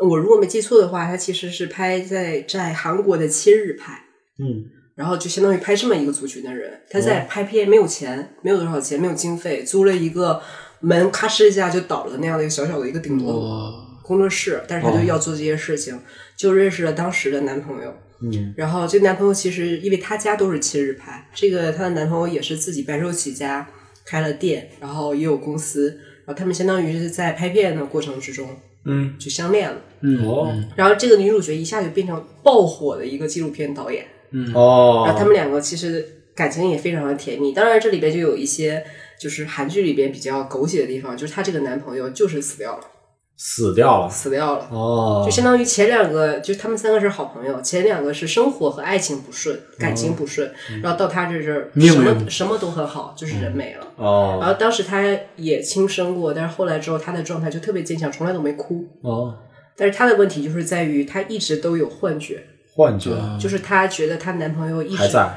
我如果没记错的话，他其实是拍在在韩国的七日拍。嗯，然后就相当于拍这么一个族群的人，他在拍片没有钱，没有多少钱，没有经费，租了一个门咔哧一下就倒了的那样的一个小小的一个顶楼哇，工作室，但是他就要做这些事情，就认识了当时的男朋友。嗯，然后这个男朋友其实因为她家都是亲日派，这个她的男朋友也是自己白手起家开了店，然后也有公司，然后他们相当于是在拍片的过程之中，嗯，就相恋了。嗯哦然后这个女主角一下就变成爆火的一个纪录片导演，然后他哦，们两个其实感情也非常的甜蜜。当然这里边就有一些就是韩剧里边比较狗血的地方，就是她这个男朋友就是死掉了，死掉了死掉了。哦就，相当于前两个，就他们三个是好朋友，前两个是生活和爱情不哦顺，感情不顺，嗯然后到他这是命运什么什么都很好，就是人没了。然哦后当时他也轻生过，但是后来之后他的状态就特别坚强，从来都没哭。哦，但是他的问题就是在于他一直都有幻觉，幻觉就是她觉得她男朋友一嗯还直，在，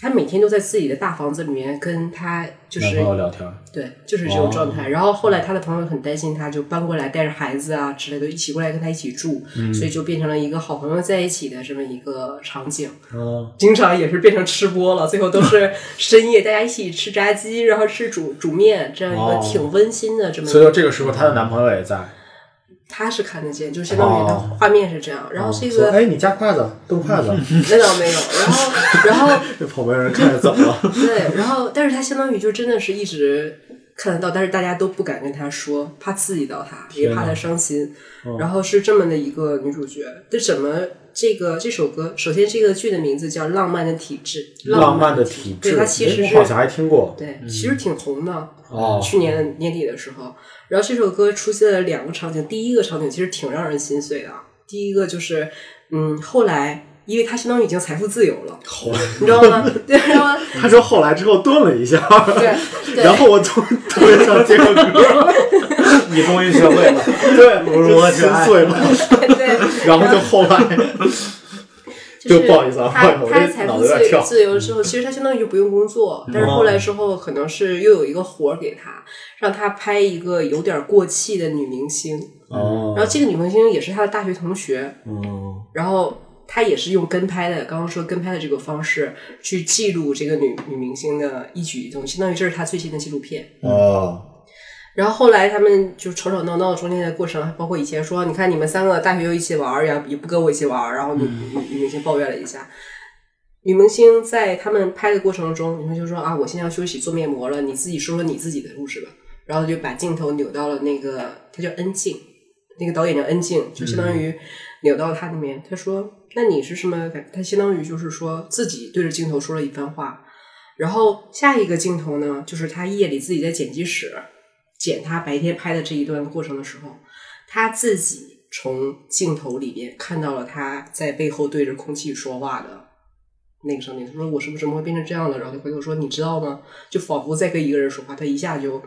她每天都在自己的大房子里面跟她就是男朋友聊天，对，就是哦这种状态。然后后来她的朋友很担心她，就搬过来带着孩子啊之类的，一起过来跟她一起住，嗯所以就变成了一个好朋友在一起的这么一个场景。哦，经常也是变成吃播了，最后都 是深夜大家一起吃炸鸡，然后吃煮煮面，这样一哦个挺温馨的这么一所以个。说这个时候她的男朋友也在，她是看得见，就相当于她哦画面是这样。然后这说个哎，你夹筷子，动筷 子，那倒没有，然后然后这旁边人看着走了， 对，然后但是他相当于就真的是一直看得到，但是大家都不敢跟他说，怕刺激到他，也天怕哪嗯他伤心。然后是这么的一个女主角，这怎么这个这首歌？首先，这个剧的名字叫《浪漫的体质》，浪漫漫的体体质，对，它其实哎是我好像还听过，对，其实挺红的。哦去年年底的时候，然后这首歌出现了两个场景，第一个场景其实挺让人心碎的啊。第一个就是，嗯，后来因为他相当于已经财富自由了，后来你知道吗？ 对，然后他说后来之后顿了一下，对对然后我突突然想接个歌，你终于学会了， 对，我如何就去心爱碎了，对，哎然后就后来，就就是不好意思啊他我这他财脑富子有点自跳嗯由自由之后，其实他相当于就不用工作，但是后来之后可能是又有一个活儿给他，让他拍一个有点过气的女明星，哦然后这个女明星也是他的大学同学，嗯然后他也是用跟拍的，刚刚说跟拍的这个方式去记录这个女女明星的一举一动，相当于这是他最新的纪录片。哦，然后后来他们就吵吵闹闹中间的过程，还包括以前说，你看你们三个大学又一起玩儿，然后也不跟我一起玩儿，然后女女女明星抱怨了一下。女明星在他们拍的过程中，女明星说啊，我现在要休息做面膜了，你自己说说你自己的故事吧。然后就把镜头扭到了那个，他叫恩静，那个导演叫恩静，就相当于扭到他那边。他说，那你是什么感？他相当于就是说自己对着镜头说了一番话。然后下一个镜头呢，就是他夜里自己在剪辑室，剪他白天拍的这一段过程的时候，他自己从镜头里边看到了他在背后对着空气说话的那个声音。他说：“我是不是怎么会变成这样的？”然后他回头说：“你知道吗？”就仿佛在跟一个人说话，他一下就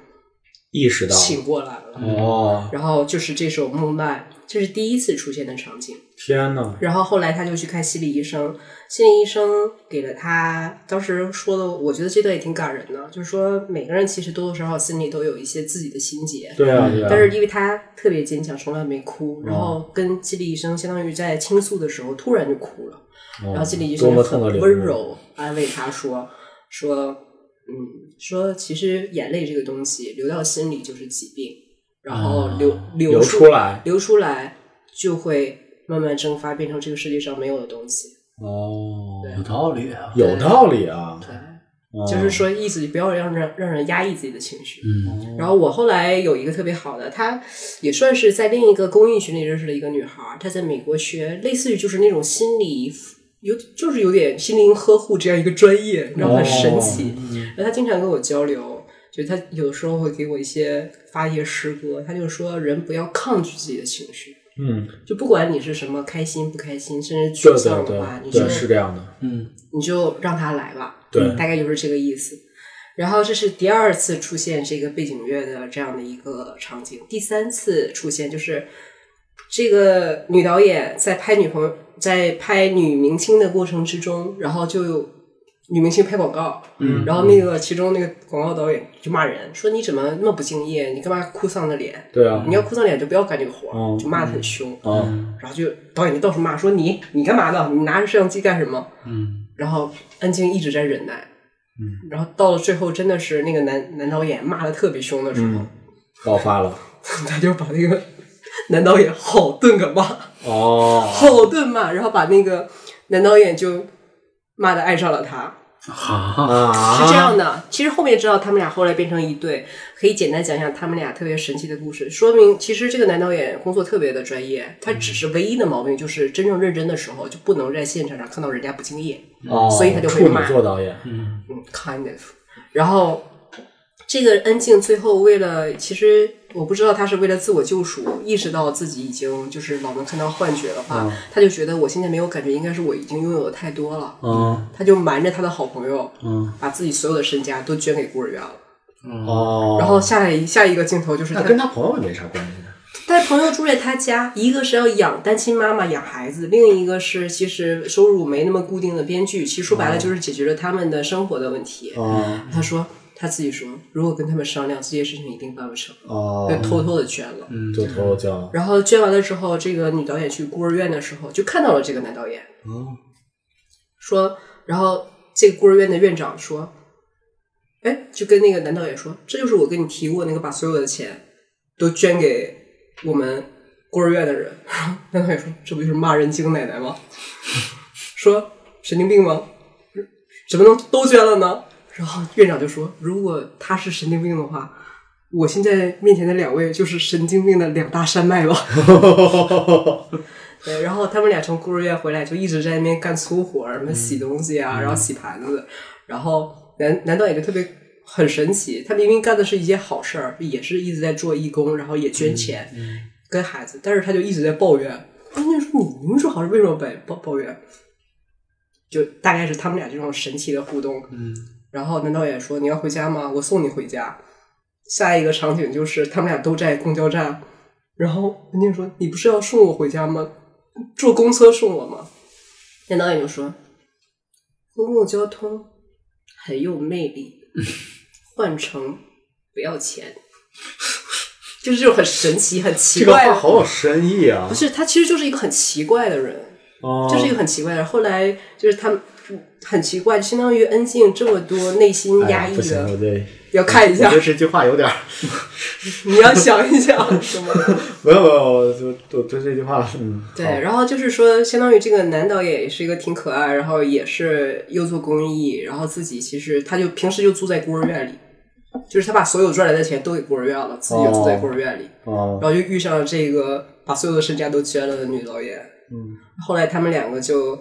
意识到了醒过来了。哦，然后就是这首《梦奈》，这是第一次出现的场景。天呐，然后后来他就去看心理医生，心理医生给了他当时说的，我觉得这段也挺感人的，就是说每个人其实多多少少心里都有一些自己的心结，对啊，对啊，但是因为他特别坚强，从来没哭，然哦后跟心理医生相当于在倾诉的时候突然就哭了，嗯然后心理医多生么很痛的领悟温，柔安慰他说说嗯说其实眼泪这个东西流到心里就是疾病，然后流、啊流流出出来流出来就会慢慢蒸发，变成这个世界上没有的东西。哦，有道理啊，有道理啊，对，哦就是说意思不要让让让人压抑自己的情绪。嗯，然后我后来有一个特别好的，她也算是在另一个公益群里认识了一个女孩儿，她在美国学，类似于就是那种心理有就是有点心灵呵护这样一个专业，然后哦很神奇。嗯然后她经常跟我交流，就她有的时候会给我一些发一些诗歌，她就说人不要抗拒自己的情绪。嗯，就不管你是什么开心不开心，甚至对沮丧对的话，对，对你就是这样的，你就让他来吧，对大概就是这个意思。然后这是第二次出现这个背景乐的这样的一个场景，第三次出现就是这个女导演在拍女朋友在拍女明星的过程之中，然后就女明星拍广告，嗯然后那个其中那个广告导演就骂人，说你怎么那么不敬业？你干嘛哭丧着脸？对啊你要哭丧脸就不要干这个活儿，嗯就骂得很凶。啊，然后就导演就到处骂说你你干嘛呢？你拿着摄像机干什么？嗯然后安静一直在忍耐，嗯，然后到了最后真的是那个男男导演骂的特别凶的时候，爆发了。 他就把那个 男导演好顿个骂。哦，好顿骂，然后把那个男导演就骂的爱上了他。哈，啊，是这样的，其实后面知道他们俩后来变成一对，可以简单讲讲他们俩特别神奇的故事，说明其实这个男导演工作特别的专业，他嗯只是唯一的毛病就是真正认真的时候就不能在现场上看到人家不敬业，哦，所以他就会处女骂座导演，嗯嗯，kind of。然后这个恩静最后为了，其实我不知道他是为了自我救赎，意识到自己已经就是老能看到幻觉的话，嗯他就觉得我现在没有感觉，应该是我已经拥有的太多了。嗯他就瞒着他的好朋友，嗯，把自己所有的身家都捐给孤儿院了。哦，然后下来一下一个镜头就是他那，啊跟他朋友也没啥关系呢。但朋友住在他家，一个是要养单亲妈妈养孩子，另一个是其实收入没那么固定的编剧，其实说白了就是解决了他们的生活的问题。哦他说他自己说，如果跟他们商量，这件事情一定办不成，就哦，偷偷的捐了。就头头叫了。然后捐完了之后，这个女导演去孤儿院的时候，就看到了这个男导演，哦说，然后这个孤儿院的院长说，哎，就跟那个男导演说，这就是我跟你提过那个把所有的钱都捐给我们孤儿院的人。男导演说，这不就是骂人精奶奶吗？ 说神经病吗？怎么能都捐了呢？然后院长就说，如果他是神经病的话。我现在面前的两位就是神经病的两大山脉吧。对，然后他们俩从孤儿院回来就一直在那边干粗活儿，什么洗东西啊，然后洗盘子，然后男男导演就特别很神奇，他明明干的是一件好事儿，也是一直在做义工，然后也捐钱、跟孩子，但是他就一直在抱怨。关键说你明明说好事，为什么抱抱抱怨？就大概是他们俩这种神奇的互动。嗯，然后男导演说：“你要回家吗？我送你回家。”下一个场景就是他们俩都在公交站，然后人家说：“你不是要送我回家吗？坐公车送我吗？”男导演就说：“公共交通很有魅力，换乘不要钱。” 就是这种很神奇、很奇这个怪话的，好有深意啊不！是他其实就是一个很奇怪的人。哦，这是一个很奇怪的。后来就是他们很奇怪，相当于恩静这么多内心哎呀压抑不行，的，我对，要看一我下觉，得这句话有点儿， 你要想一想什 么的。没有没有，我就我对这句话，嗯，对，然后就是说，相当于这个男导演也是一个挺可爱，然后也是又做公益，然后自己其实他就平时就住在孤儿院里，就是他把所有赚来的钱都给孤儿院了，自己就住在孤儿院里。哦，然后就遇上了这个把所有的身家都捐了的女导演。嗯，后来他们两个就，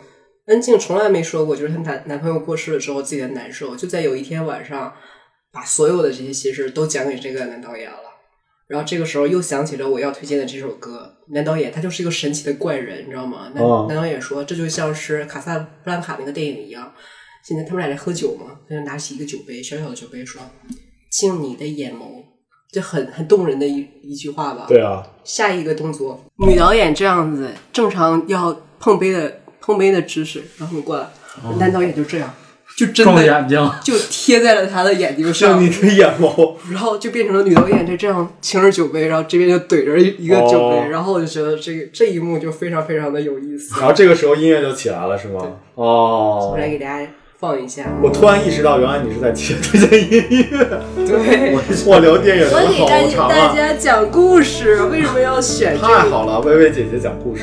恩静从来没说过，就是她男男朋友过世了之后自己的难受，就在有一天晚上，把所有的这些心事都讲给这个男导演了。然后这个时候又想起了我要推荐的这首歌，男导演他就是一个神奇的怪人，你知道吗？男、哦男导演说这就像是卡萨布兰卡那个电影一样，现在他们俩在喝酒嘛，他就拿起一个酒杯，小小的酒杯说：“敬你的眼眸。”这很很动人的一一句话吧？对啊，下一个动作，女导演这样子，正常要碰杯的碰杯的姿势，然后你过来，哦男导演就这样，就真种的眼睛，就贴在了他的眼睛像上你，的眼眸，然后就变成了女导演就这样擎着酒杯，然后这边就怼着一一个酒杯，哦然后我就觉得这个这一幕就非常非常的有意 思，然后这个时候音乐就起来了，是吗？哦我，来给大家放一下，我突然意识到，原来你是在听推荐音乐， 对。我聊电影我聊给大好家长大啊，家讲故事，为什么要选这太个？好了，薇薇姐姐讲故事。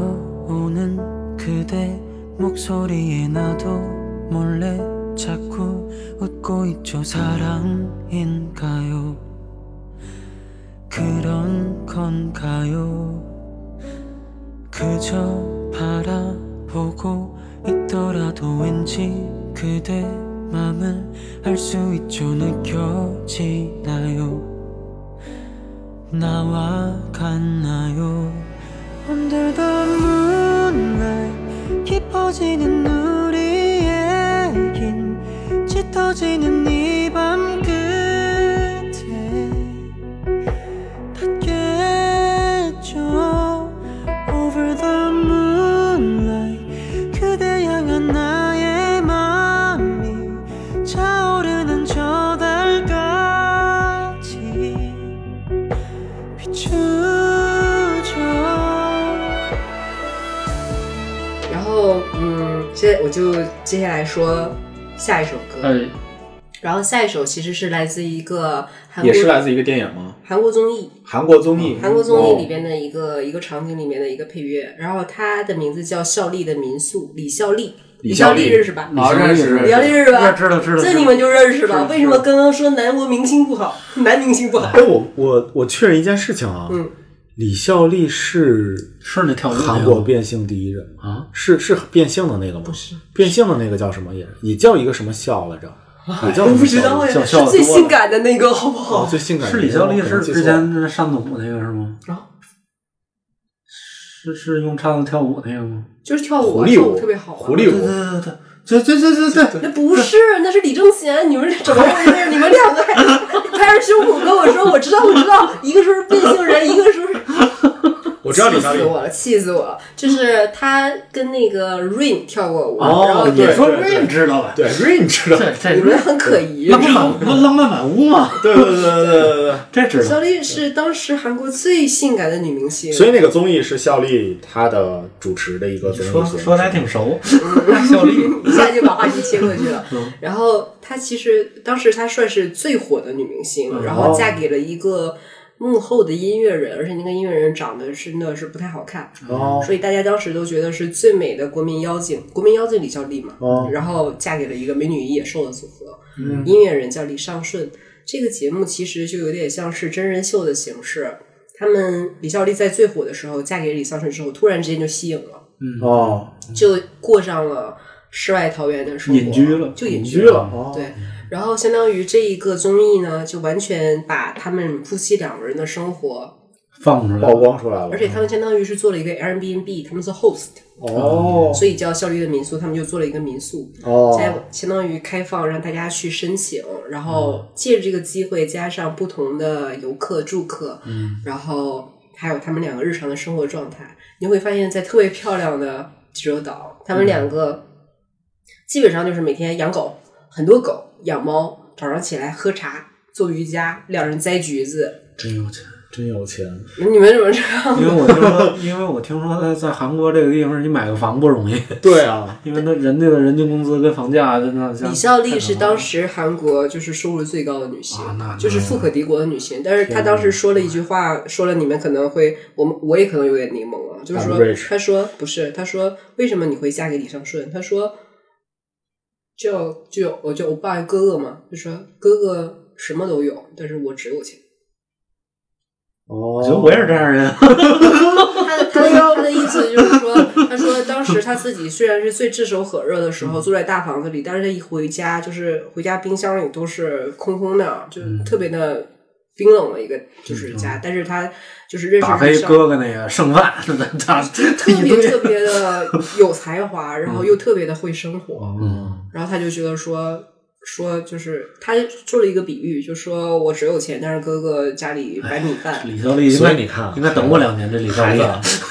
떨려오는 그대 목소리에 나도 몰래 자꾸 웃고 있죠 사랑인가요 그런 건가요 그저 바라보고 있더라도 왠지 그대 맘을 알 수 있죠 느껴지나요 나와 같나요 Under the moonlight 깊어지는 우리의 긴 짙어지는 이 밤 끝에 닿겠죠 Oh 然后嗯，这我就接下来说下一首歌。哎，然后下一首其实是来自一个韩也国是来自一个电影吗？韩国综艺，韩国综艺，韩国综艺里哦边的一个、一个场景里面的一个配乐，然后它的名字叫《孝利的民宿》，李孝利，李孝孝利啊啊认识吧？好认识李孝利认识吧？知道知道，这你们就认识了。为什么刚刚说南国明星不好，男明星不 好？哎，我我我确认一件事情啊，嗯李孝利是是那跳舞韩国变性第一人吗？啊，是是变性的那个吗？不是，变性的那个叫什么也也叫一个什么孝来 着？也叫我什不么知孝道哎来着？呀，笑是笑最多性了感的那个，好不哦，好？最性感的是李孝利我可能是记之错了前上总那个是吗？啊是是用叉子跳舞那个吗？就是跳舞狐啊，狸跳舞舞特别好玩。狐狸对舞，对对对对对对对那不是，那是李正贤。你们 怎么回事？你们两个拍着胸脯跟我说，我知道，我知道。一个说是变性人，一个说是……我知道李孝气利死。我了，气死我了！就是他跟那个 Rain 跳过舞，哦然后对也说对对知道吧？对，Rain 知道，这这你们很可疑。浪漫不浪漫满屋吗？对对对对对对对。这知道小丽是当时韩国最性感的女明星，所以那个综艺是孝利他的主持的一个综艺节说目，说的还挺熟，效力 一下就把话题切过去了。嗯 然后她其实当时她算是最火的女明嗯星，然哦后嫁给了一个幕后的音乐人，而且那个音乐人长得真的是不太好看，哦所以大家当时都觉得是最美的国民妖精，国民妖精李孝利嘛。哦嗯然后嫁给了一个美女与野兽的组合，音乐人叫李尚顺。这个节目其实就有点像是真人秀的形式。他们李孝利在最火的时候嫁给李尚顺之后，突然之间就吸引了，哦，就过上了世外桃源的生活，隐居了就隐居居了，哦对，然后相当于这一个综艺呢，就完全把他们夫妻两个人的生活，放出来曝光出来了而，且他们相当于是做了一个 Airbnb，他们是 host，哦所以叫效率的民宿，他们就做了一个民宿，在哦，相当于开放让大家去申请，然后借着这个机会加上不同的游客住客，然后还有他们两个日常的生活状态，你会发现在特别漂亮的济州岛，他们两个基本上就是每天养狗，很多狗，养猫，早上起来喝茶。做瑜伽，两人摘橘子，真有钱。真有钱，你们怎么知道？因为我听说，因为我听说在在韩国这个地方，你买个房不容易，对啊，因为那人家的人均工资跟房价真的像李孝利是当时韩国就是收入最高的女星啊那，就是富可敌国的女星。但是她当时说了一句话，说了你们可能会，我们我也可能有点柠檬啊，就是说 I'm rich，她说不是，她说为什么你会嫁给李尚顺？她说就就我就我爸哥哥嘛，就说哥哥什么都有，但是我只有钱。我觉得哦，我也是这样人，他 的他的他的意思就是说，他说当时他自己虽然是最炙手可热的时嗯候住在大房子里，但是他一回家就是回家冰箱里都是空空的，啊就嗯特别的冰冷的一个就是家。但是他就是认识打了开上哥哥那个剩饭， 他特 特别特别的有才华，然后又特别的会生活，嗯然后他就觉得说。说就是他做了一个比喻，就说我只有钱，但是哥哥家里哎买米饭，李孝利应所该以你看应该等我两年。这李孝孩利子，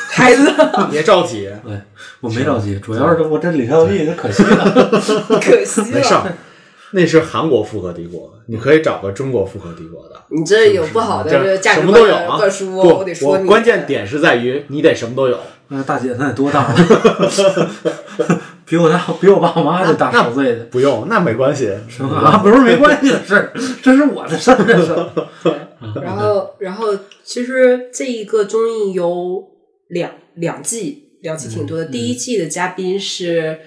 孩子别着急，对，我没着急，主要是我这李孝利就可惜了。可惜没事了。儿，那是韩国富可敌国，你可以找个中国富可敌国的。你这有不好的这价什值么都观有啊！灌输不哦，我得说你。关键点是在于你得什么都有。那大姐她得多大了？ 比我大，比我爸我妈就大那十岁的。不用，那没关系。啊，不是没关系的 事儿，这是我的事儿，这是。嗯然后，然后其实这一个综艺有两两季，两季挺嗯多的。第一季的嘉宾是，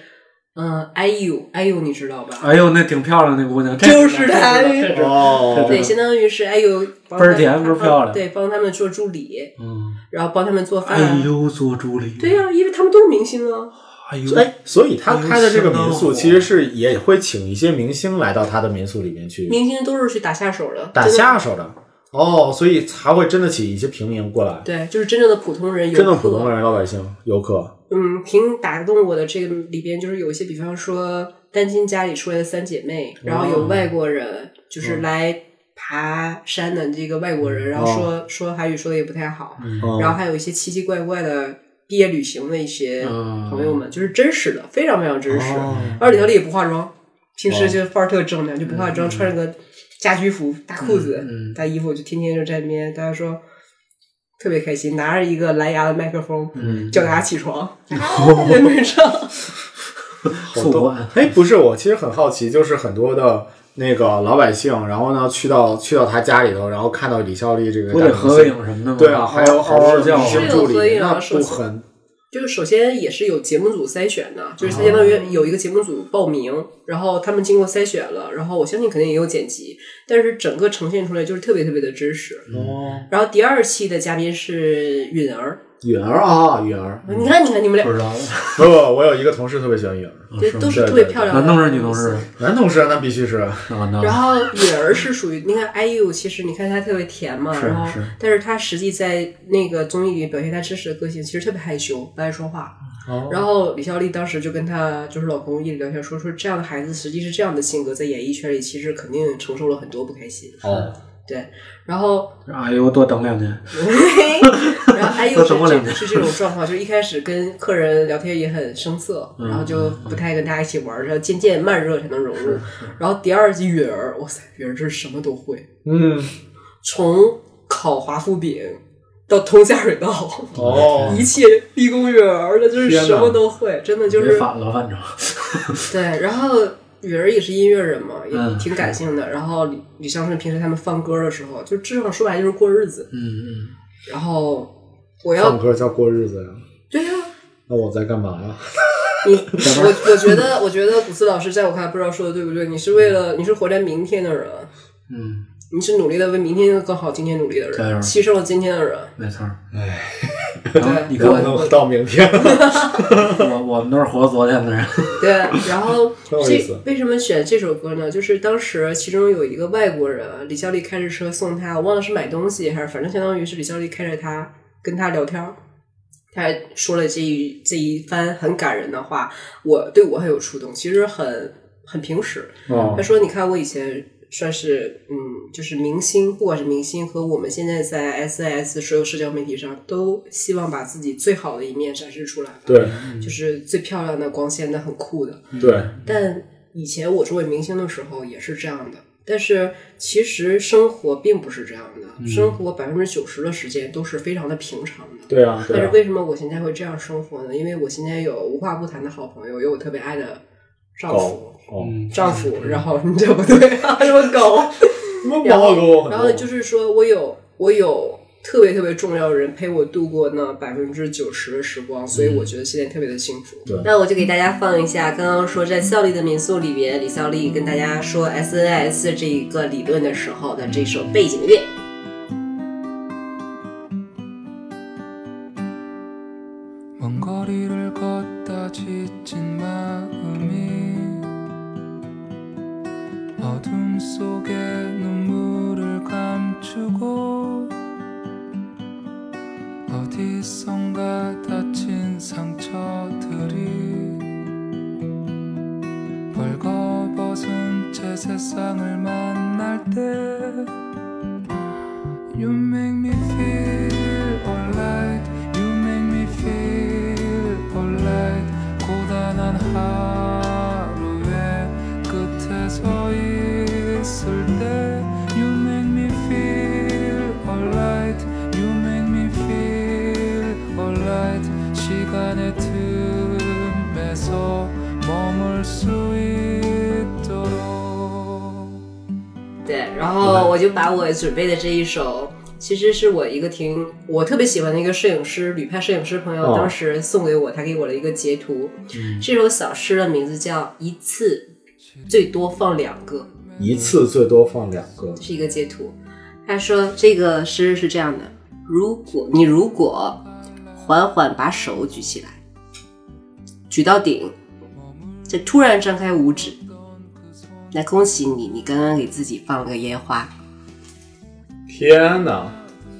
嗯，IU，IU 你知道吧？哎呦，那挺漂亮那姑娘，这就是她这知道这知道哦对，相当于是 IU 帮倍儿他甜他倍儿帮漂亮对，帮他们做助理，嗯，然后帮他们做饭。哎呦，做助理，对呀、因为他们都是明星啊。哎呦，哎，所以他开的这个民哎呦相当火宿其实是也会请一些明星来到他的民宿里面去明星都是去打下手的，打真的下手的。哦，所以才会真的起一些平民过来，对，就是真正的普通人，游真的客普通人、老百姓、游客。嗯，挺打动我的这个里边，就是有一些，比方说单亲家里出来的三姐妹，然后有外国人，就是来爬山的这个外国人，然后说、说韩语说的也不太好，哦然后还有一些奇奇怪怪的毕业旅行的一些嗯朋友们，就是真实的，非常非常真实。哦而李小丽也不化妆，平哦时就范儿特正的，就不化妆，穿着个家居服、大裤子、嗯嗯嗯大衣服，就天天就在那边，大家说。特别开心，拿着一个蓝牙的麦克风，嗯叫大家起 床，在门上，好宿多管。哎，不是，我其实很好奇，就是很多的那个老百姓，然后呢去到去到他家里头，然后看到李孝利这个不大得明合个星，影什么的吗？哦对啊，还有好多嗷嗷叫啊，是是有助合理，影啊那说不起很就是首先也是有节目组筛选的，就是相哦当于有一个节目组报名，然后他们经过筛选了，然后我相信肯定也有剪辑，但是整个呈现出来就是特别特别的真实。哦，然后第二期的嘉宾是允儿，允儿啊，允儿，你看，你看，你们俩不知道，不不，我有一个同事特别喜欢允儿，这啊是吗都对哦是特别对漂亮的，男同事女同事，男同事啊那必须是，那完蛋然了。后允儿是属于，你看 IU，其实你看她特别甜嘛，是然后是但是她实际在那个综艺里表现她真实的个性，其实特别害羞，不爱说话。哦然后李孝利当时就跟她就是老公一聊天说，说这样的孩子实际是这样的性格，在演艺圈里其实肯定承受了很多不开心。哦，对，然后哎呦，多等两年， 然后 IU 多等我是两这年是这种状况，就一开始跟客人聊天也很生涩，嗯然后就不太跟大家一起玩，然后渐渐慢热才能融入。然后第二集允儿，哇塞，允儿是什么都会，嗯，从烤华夫饼到通下水道，哦，一切立功允儿的就是什么都会，真的就别是反了， 反正对。然后允儿也是音乐人嘛，也嗯挺感性的。然后李李相顺平时他们放歌的时候，就至上说白了就是过日子。嗯嗯，然后我要放歌叫过日子呀，对呀、那我在干嘛呀？嗯你我我觉得，我觉得古斯老师在我看来不知道说的对不对。你是为了你是活在明天的人，嗯，你是努力的为明天更好，今天努力的加油啊人，牺牲了今天的人。没错儿。哎，然后你看我能不能到明天？我我们都是活昨天的人，对，然后很有意这思为什么选这首歌呢？就是当时其中有一个外国人，李孝利开着车送他，我忘了是买东西还是，反正相当于是李孝利开着他跟他聊天儿，他还说了这一这一番很感人的话，我对我很有触动，其实很很平时，哦他，说：“你看，我以前算是嗯，就是明星，不管是明星和我们现在在 SNS 所有社交媒体上，都希望把自己最好的一面展示出来，对就是最漂亮的、光鲜的、很酷的。对，但以前我作为明星的时候也是这样的。”但是其实生活并不是这样嗯的，生活百分之九十的时间都是非常的平常的。对啊，但对是啊，为什么我现在会这样生活呢？因为我现在有无话不谈的好朋友，有我特别爱的丈夫，狗，哦，丈夫，然后你这不对 啊，什么狗，然后然后就是说我有我有特别特别重要的人陪我度过那百分之九十的时光，所以我觉得现在特别的幸福。嗯对那我就给大家放一下，刚刚说在效力的民宿里边，李孝利跟大家说 SNS 这一个理论的时候的这首背景乐。 먼 거리를 걷다 지친 마음이 어둠 속에 눈물을 감추고 어디선가 다친 상처들이 벌거벗은 채 세상을 만날 때 You make me feel alright. You make me feel alright. 고단한 하루의 끝에 서 있을 때 You make me feel alright. You make me feel alright. 시간의 틈에서 머물 수 있도록. 对，然后我就把我准备的这一首，其实是我一个挺我特别喜欢的一个摄影师，旅拍摄影师朋友哦当时送给我，他给我了一个截图。这首小诗的名字叫《一次最多放两个》。一次最多放两个，是一个截图。他说这个诗是这样的：如果你如果缓缓把手举起来，举到顶，再突然张开五指，那恭喜你，你刚刚给自己放了个烟花。天哪，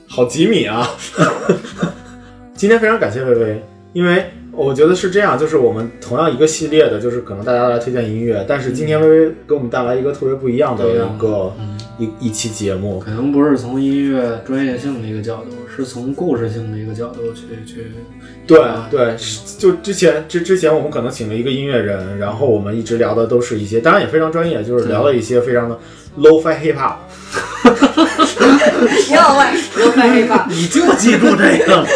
好几米啊！ 今天非常感谢薇薇，因为我觉得是这样，就是我们同样一个系列的，就是可能大家来推荐音乐，但是今天薇薇给我们带来一个特别不一样的对啊一个、嗯一一期节目， 可能不是从音乐专业性的一个角度，是从故事性的一个角度去去，对啊对，是就之前之之前我们可能请了一个音乐人，然后我们一直聊的都是一些，当然也非常专业，就是聊了一些非常的 low fi hip hop，要外我白黑发， 你就记住这个了。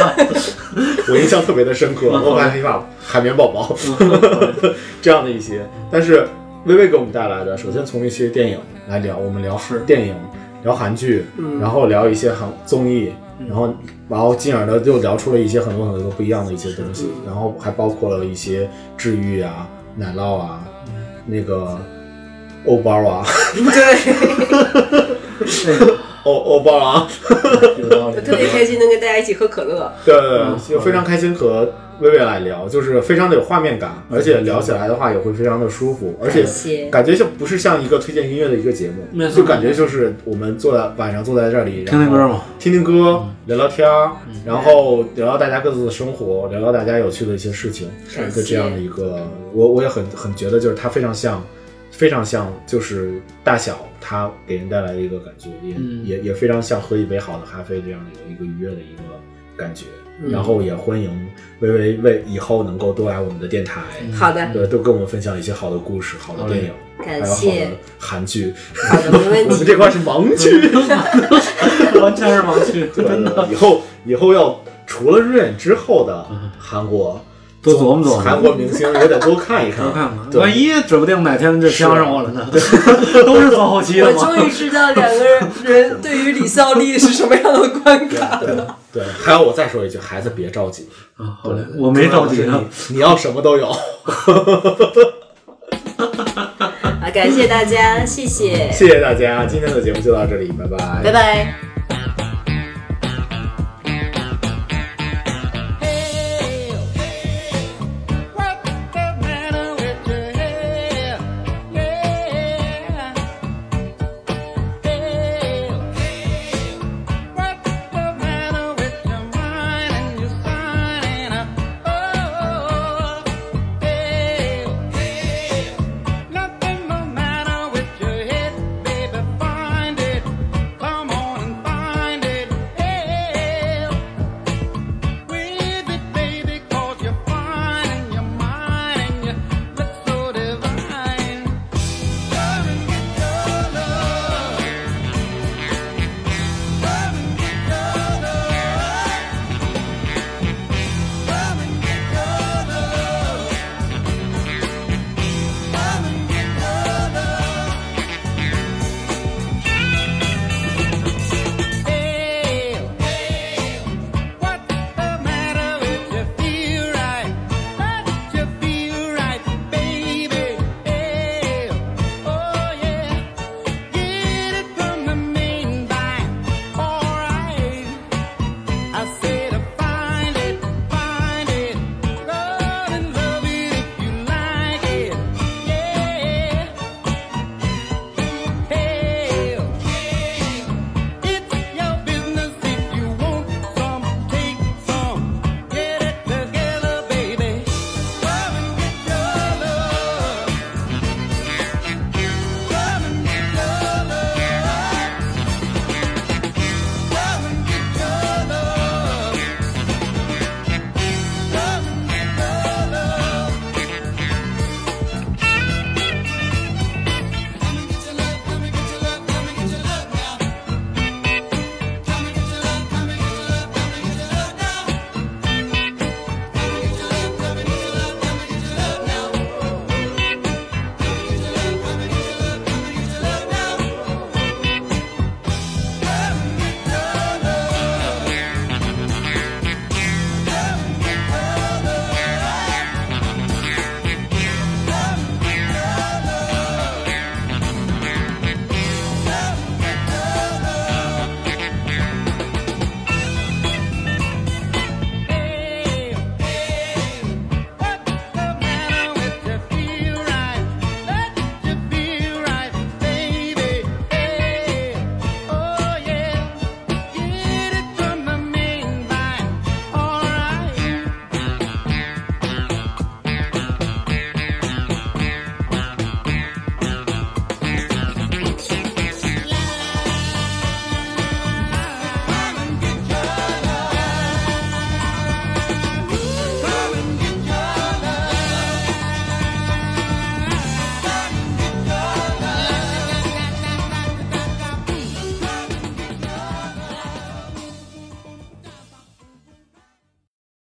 我印象特别的深刻，我白黑发、海绵宝 宝这样的一些。但是薇薇给我们带来的，首先从一些电影来聊，我们聊是电影，聊韩剧，嗯然后聊一些韩综艺，然后然后进而呢又聊出了一些很多很多不一样的一些东西，然后还包括了一些治愈啊、奶酪啊、嗯那个欧包啊、 欧欧包啊，对，有道理我。特别开心能跟大家一起喝可乐。对对对，就非常开心和薇薇来聊，就是非常的有画面感，而且聊起来的话也会非常的舒服，而且谢感觉像不是像一个推荐音乐的一个节目没，错就感觉就是我们坐在晚上坐在这里，听 听歌嘛，听听歌，聊聊天儿，然后聊聊大家各自的生活，聊聊大家有趣的一些事情，是一个这样的一个，我我也很很觉得就是它非常像。非常像，就是大小，它给人带来的一个感觉，也、嗯也也非常像喝一杯好的咖啡这样的有一个愉悦的一个感觉。然后也欢迎薇薇为以后能够多来我们的电台，好的，对，都跟我们分享一些好的故嗯事、好的电影，还感有好谢的，韩剧。好的，没 问我们题。这块是盲区，完全是盲区，真的。以后以后要除了日本之后的韩 国，多琢磨琢磨韩国明星也得多看一看，多看看，对万一指不定哪天这呛上我了 呢？都是做后期我的终吗？于知道两个人对于李孝利是什么样的观感对了。对。还有我再说一句，孩子别着急，啊好嘞，我没着急啊呢。你你要什么都有。啊，感谢大家，谢谢，谢谢大家，今天的节目就到这里，拜拜，拜拜。